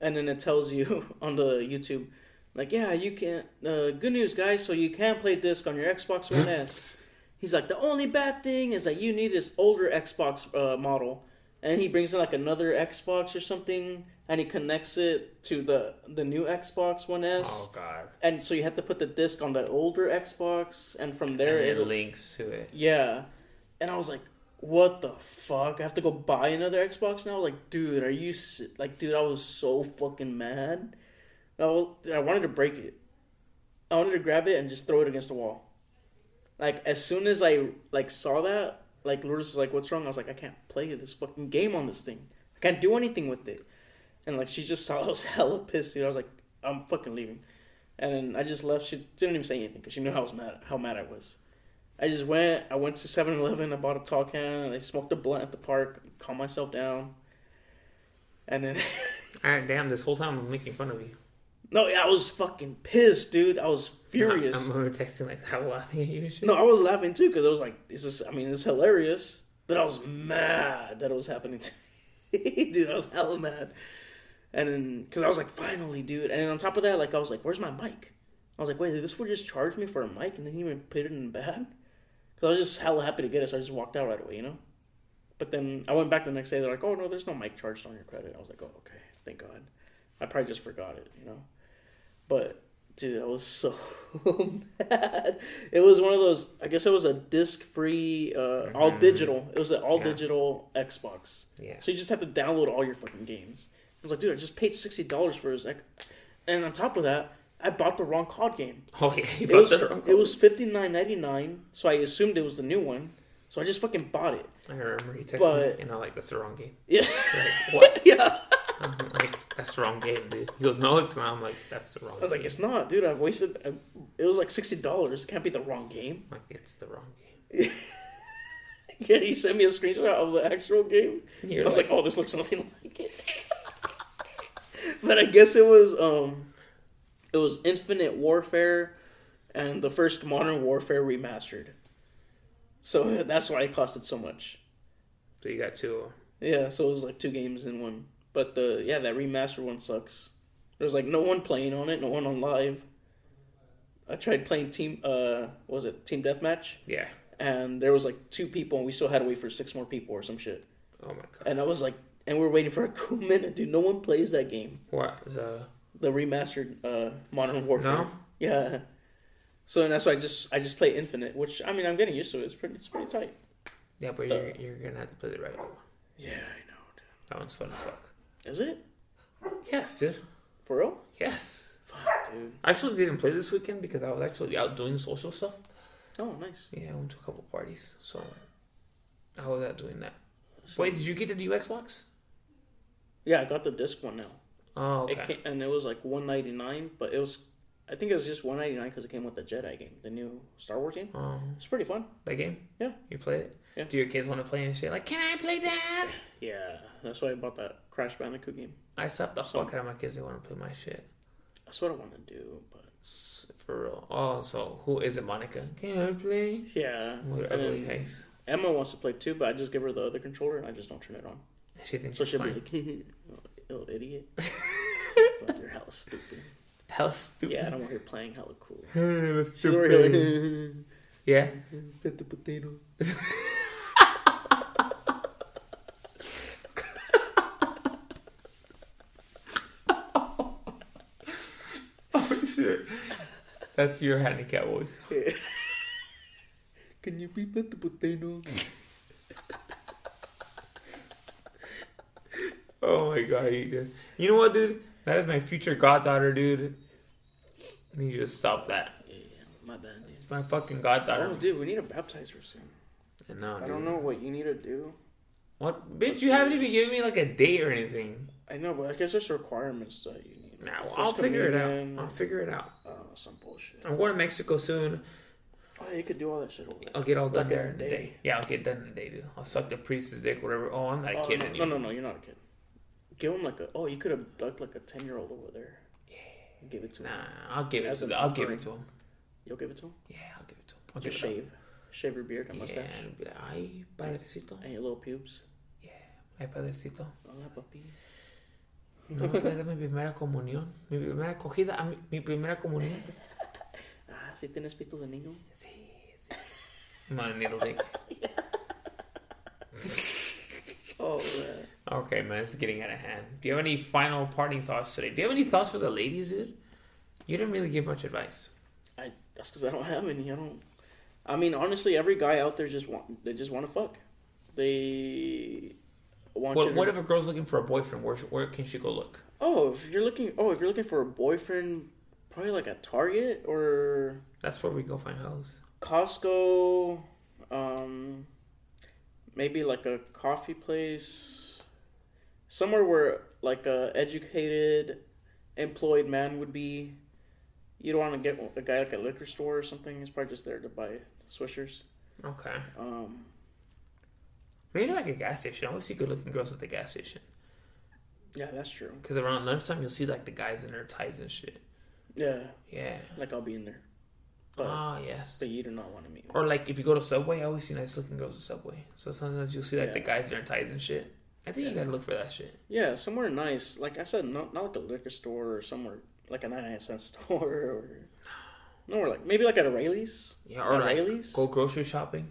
S5: And then it tells you on the YouTube, like, yeah, you can't. Uh, good news, guys. So you can play disc on your Xbox One S. He's like, the only bad thing is that you need this older Xbox uh, model. And he brings in like another Xbox or something, and he connects it to the the new Xbox One S.
S4: Oh god.
S5: And so you have to put the disc on the older Xbox, and from there
S4: And it
S5: it'll
S4: links to it.
S5: yeah. And I was like, what the fuck? I have to go buy another Xbox now? Like, dude, are you. s Like, dude, I was so fucking mad. I, wa- dude, I wanted to break it. I wanted to grab it and just throw it against the wall. Like, as soon as I, like, saw that, like, Lourdes was like, what's wrong? I was like, I can't play this fucking game on this thing. I can't do anything with it. And, like, she just saw I was hella pissed, dude. I was like, I'm fucking leaving. And I just left. She didn't even say anything because she knew how, was mad, how mad I was. I just went. I went to 7-Eleven. I bought a tall can. And I smoked a blunt at the park. Calmed myself down. And then,
S4: Ah, damn, this whole time I'm making fun of you.
S5: no, I was fucking pissed, dude. I was furious.
S4: I'm over texting like that, laughing at you and shit.
S5: no, I was laughing too because I was like, "This is." I mean, it's hilarious, but I was mad that it was happening. To me. dude, I was hella mad. And then, because I was like, finally, dude. And then on top of that, like, I was like, where's my mic? I was like, wait, this would just charge me for a mic and then even put it in the bag? Because I was just hella happy to get it, so I just walked out right away, you know? But then I went back the next day. They're like, "Oh no, there's no mic charged on your credit." I was like, "Oh okay, thank God." I probably just forgot it, you know. But dude, I was so mad. It was one of those. I guess it was a disc-free, uh, all digital. It was an all digital Xbox.
S4: Yeah.
S5: So you just have to download all your fucking games. I was like, dude, I just paid sixty dollars for his, X- and on top of that, I bought the wrong COD game.
S4: Oh yeah, you
S5: It was,
S4: the wrong
S5: it was fifty nine ninety nine, so I assumed it was the new one. So I just fucking bought it.
S4: I remember you texted
S5: but-
S4: me, and I like that's the wrong game.
S5: Yeah.
S4: Like, what?
S5: yeah.
S4: I'm like that's the wrong game, dude. He goes, no, it's not. I'm like, that's the wrong.
S5: I was like,
S4: game.
S5: it's not, dude. I wasted. I, it was like sixty dollars. Can't be the wrong game.
S4: I'm like it's the wrong game.
S5: Yeah, he sent me a screenshot of the actual game.
S4: You're
S5: I was like,
S4: like-
S5: oh, this looks nothing like it. but I guess it was um, it was Infinite Warfare, and the first Modern Warfare remastered. So that's why it costed so much.
S4: So you got two. of 'em.
S5: Yeah, so it was like two games in one. But the yeah, that remastered one sucks. There's like no one playing on it, no one on live. I tried playing team uh what was it team deathmatch
S4: Yeah.
S5: and there was like two people and we still had to wait for six more people or some shit.
S4: Oh my god.
S5: And I was like and we were waiting for a cool minute, dude. No one plays that game.
S4: What the?
S5: The remastered uh Modern Warfare.
S4: No?
S5: Yeah. So and that's why I just I just play Infinite, which I mean I'm getting used to it. It's pretty it's pretty tight.
S4: Yeah, but you're, you're gonna have to play the right one.
S5: Yeah, I know,
S4: That one's fun as fuck.
S5: dude. Is it?
S4: Yes, dude.
S5: For real?
S4: Yes.
S5: Fuck dude.
S4: I actually didn't play this weekend because I was actually out doing social stuff.
S5: Oh nice.
S4: Yeah, I went to a couple parties, so I was out doing that. Wait, did you get the new Xbox?
S5: Yeah, I got the disc one now.
S4: Oh,
S5: It
S4: okay.
S5: came, and it was like one ninety nine, but it was I think it was just one ninety nine because it came with the Jedi game, the new Star Wars game.
S4: Oh,
S5: It's pretty fun.
S4: that game?
S5: Yeah,
S4: You played it?
S5: Yeah.
S4: Do your kids want to play and shit? Like, can I play that?
S5: yeah. That's why I bought that Crash Bandicoot game.
S4: I stopped the fuck out of my kids. They want to play my shit.
S5: That's what I want to do, but
S4: For real. Oh, so who is it, Monica? Can I play?
S5: yeah.
S4: With
S5: And
S4: ugly
S5: then
S4: face.
S5: Emma wants to play too, but I just give her the other controller and I just don't turn it on.
S4: She thinks
S5: So
S4: she's
S5: she'll be
S4: fine.
S5: like, "Little idiot." but you're hella stupid.
S4: How stupid.
S5: Yeah, I don't want her playing hella cool.
S4: That's
S5: She's over here like,
S4: Yeah.
S5: "Pet the potato.
S4: Oh, Shit. That's your handicap voice.
S5: Can you be pet the potato?
S4: Oh my god, you just You know what, dude? That is my future goddaughter, dude. I need you to stop that.
S5: yeah, my bad, dude.
S4: It's my fucking goddaughter.
S5: Oh, dude, we need to baptize her soon.
S4: No,
S5: I don't
S4: dude.
S5: know what you need to do.
S4: What bitch, you haven't even given me like a date or anything.
S5: I know, but I guess there's requirements that you need.
S4: Nah, well,
S5: First
S4: I'll figure it
S5: communion,
S4: out. I'll figure it out.
S5: I don't know, uh, some bullshit.
S4: I'm going to Mexico soon.
S5: Oh, you could do all that shit over there.
S4: I'll get all done
S5: Like in
S4: there
S5: a
S4: in a
S5: day.
S4: day. Yeah, I'll get done in a day, dude. I'll suck the priest's dick, whatever. Oh, I'm not a
S5: Oh,
S4: kid
S5: no,
S4: anymore.
S5: No, no, no, you're not a kid. Give him like a. Oh, you could abduct like a ten year old over there. Yeah. Give it to him.
S4: Nah, I'll give it
S5: As
S4: to
S5: an
S4: them. I'll give it
S5: offering.
S4: to him.
S5: You'll give it to him.
S4: Yeah, I'll give it to him. I'll
S5: Just
S4: give it
S5: shave, shave your beard and
S4: up.
S5: mustache
S4: Yeah, and be like, ay, padrecito.
S5: and your little pubes.
S4: Ay, padrecito.
S5: Hola, papi.
S4: No me puedes dar mi primera comunión. Mi primera acogida a mi, mi primera comunión.
S5: Ah, si tienes pito de niño.
S4: My needle dick.
S5: Oh, man.
S4: Okay, man, it's getting out of hand. Do you have any final parting thoughts today? Do you have any thoughts for the ladies, dude? You didn't really give much advice.
S5: I that's because I don't have any. I don't. I mean, honestly, every guy out there just want they just want to fuck. They want you
S4: What,
S5: to-
S4: what if a girl's looking for a boyfriend? Where, where can she go look?
S5: oh, if you're looking, oh, if you're looking for a boyfriend, probably like at Target or
S4: That's where we go find hoes.
S5: Costco, um, maybe like a coffee place, somewhere where like a educated, employed man would be. You don't want to get a guy like a liquor store or something. He's probably just there to buy swishers.
S4: Okay.
S5: Um,
S4: Maybe like a gas station. I always see good-looking girls at the gas station.
S5: yeah, that's true.
S4: Because around lunchtime, you'll see like the guys in their ties and shit.
S5: Yeah,
S4: Yeah.
S5: like I'll be in there, but
S4: Ah, yes.
S5: but you do not want to meet. me.
S4: Or like if you go to Subway, I always see nice-looking girls at Subway. So sometimes you'll see like the
S5: Yeah.
S4: guys in their ties and shit. I think you gotta look for that shit.
S5: Yeah, somewhere nice. Like I said, not not like a liquor store or somewhere like a ninety nine cent store or nowhere like maybe like at a Rayleigh's.
S4: Yeah, or
S5: At
S4: like
S5: Rayleigh's?
S4: go grocery shopping.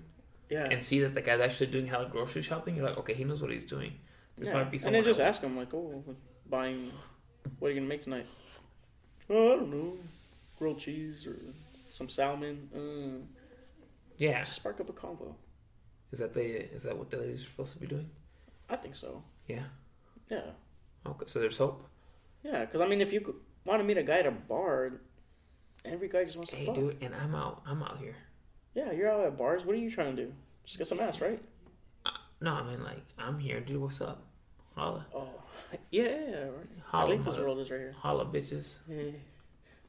S5: Yeah.
S4: and see that the guy's actually doing hella grocery shopping, you're like, okay, he knows what he's doing. This
S5: yeah.
S4: might be
S5: and
S4: someone.
S5: then just
S4: else.
S5: ask him like, oh, what- buying, what are you gonna make tonight? Oh, I don't know, grilled cheese or some salmon. Uh,
S4: yeah,
S5: just spark up a combo.
S4: is that the is that what the ladies are supposed to be doing?
S5: I think so.
S4: Yeah.
S5: Yeah,
S4: Okay, so there's hope.
S5: yeah. Because I mean, if you want to meet a guy at a bar, every guy just wants to
S4: Hey,
S5: fuck.
S4: dude, and I'm out. I'm out here.
S5: Yeah, you're out at bars. What are you trying to do? Just get some ass, right?
S4: No, I mean like I'm here, dude. What's up? Holla,
S5: Oh, yeah. yeah, yeah, Right. I
S4: Holla,
S5: think this
S4: mother-
S5: world is right here.
S4: holla, bitches.
S5: Yeah.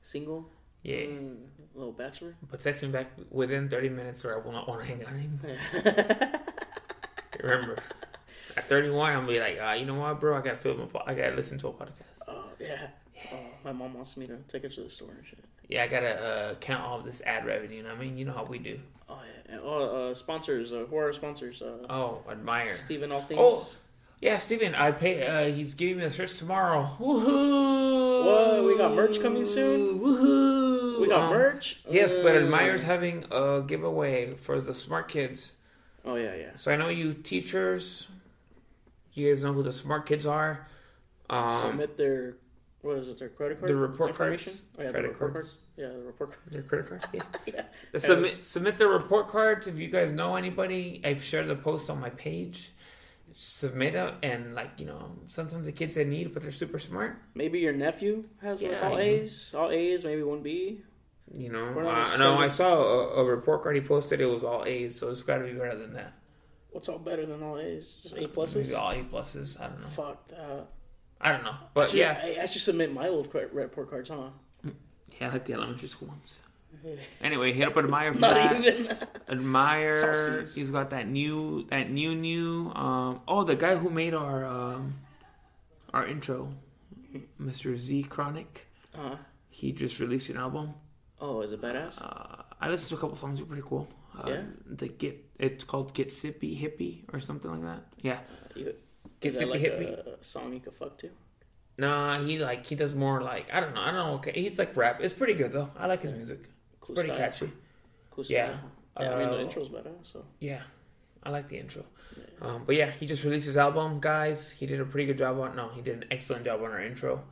S5: Single,
S4: Yeah.
S5: mm, little bachelor.
S4: But text me back within 30 minutes or I will not want to hang out anymore. Remember, at 31, I'm gonna be like, ah, you know what, bro? I gotta film a po- I gotta listen to a podcast.
S5: Oh yeah. Oh, my mom wants me to take her to the store and shit.
S4: Yeah, I gotta uh, count all this ad revenue. You know what I mean? You know how we do.
S5: Oh yeah. And, oh, uh, sponsors. Uh, who are our sponsors? Uh,
S4: Oh, admire.
S5: Stephen All Things.
S4: Oh, yeah, Steven, I pay. Uh, he's giving me the shirts tomorrow. Woohoo!
S5: Whoa, we got merch coming soon?
S4: Woohoo!
S5: We got
S4: Um,
S5: merch.
S4: Yes, but
S5: Uh,
S4: Admire's having a giveaway for the smart kids.
S5: Oh yeah, yeah.
S4: So I know you teachers, you guys know who the smart kids are. Um,
S5: Submit their what is it? Their credit card.
S4: the report
S5: information?
S4: cards.
S5: Oh, yeah,
S4: Credit
S5: the report
S4: cards.
S5: cards. Yeah, the report cards.
S4: their credit card. Yeah. Submit submit their report cards if you guys know anybody. I've shared the post on my page. Submit them and like you know sometimes the kids they need but they're super smart.
S5: Maybe your nephew has like,
S4: Yeah,
S5: all
S4: I know.
S5: A's, all A's, maybe one B.
S4: You know,
S5: not
S4: uh, no,
S5: sending-
S4: I saw a, a report card he posted. It was all A's, so it's got to be better than that.
S5: What's all better than all A's? Just A
S4: Maybe
S5: pluses.
S4: all A pluses. I don't know.
S5: Fuck that.
S4: I don't know, but
S5: Yeah,
S4: yeah,
S5: I, I should submit my old credit report cards, huh?
S4: yeah, I like the elementary school ones. Anyway, hit up Admire for
S5: Not
S4: that.
S5: even.
S4: Admire.
S5: Sauces.
S4: He's got that new, that new, new. Um, oh, the guy who made our um, our intro, Mr. Z Chronic.
S5: Uh-huh.
S4: He just released an album.
S5: Oh, is it badass?
S4: I listened to a couple songs. They're pretty cool. Uh,
S5: Yeah?
S4: The get it's called Get Sippy Hippie or something like that. Yeah.
S5: you,
S4: Get
S5: is that
S4: Zippy
S5: like
S4: Hit
S5: a song you could fuck to?
S4: Nah, he like he does more like I don't know. I don't know. Okay, he's like rap. It's pretty good though. I like his music.
S5: Cool
S4: pretty
S5: style.
S4: catchy.
S5: Cool
S4: Yeah.
S5: style. Yeah, I mean, the
S4: Uh,
S5: intro's better, so.
S4: Yeah, I like the intro. Um, but yeah, he just released his album, guys. He did a pretty good job on. No, he did an excellent job on our intro.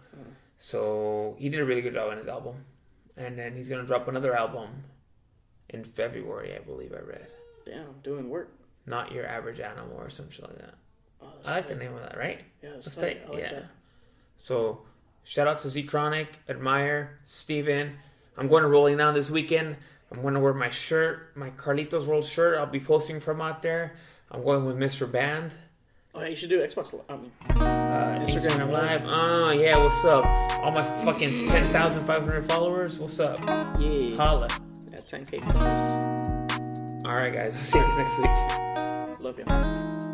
S4: So he did a really good job on his album, and then he's gonna drop another album in February, I believe. I read.
S5: Damn, doing work.
S4: Not your average animal or some shit like that.
S5: Oh, that's
S4: I like the
S5: tight.
S4: name of that, right?
S5: Yeah, that's
S4: That's
S5: tight.
S4: tight,
S5: I like
S4: yeah.
S5: that.
S4: So shout out to Z Chronic, Admire, Steven. I'm going to Rolling Down this weekend. I'm going to wear my shirt, my Carlitos World shirt. I'll be posting from out there. I'm going with Mr. Band.
S5: Oh, yeah, you should do Xbox. Li- I mean,
S4: Uh,
S5: Instagram
S4: Instagram Live.
S5: Live.
S4: Oh, yeah, what's up? All my fucking 10,500 followers, what's up?
S5: yeah.
S4: Holla.
S5: At 10k plus.
S4: All right, guys. See you guys next week.
S5: Love you.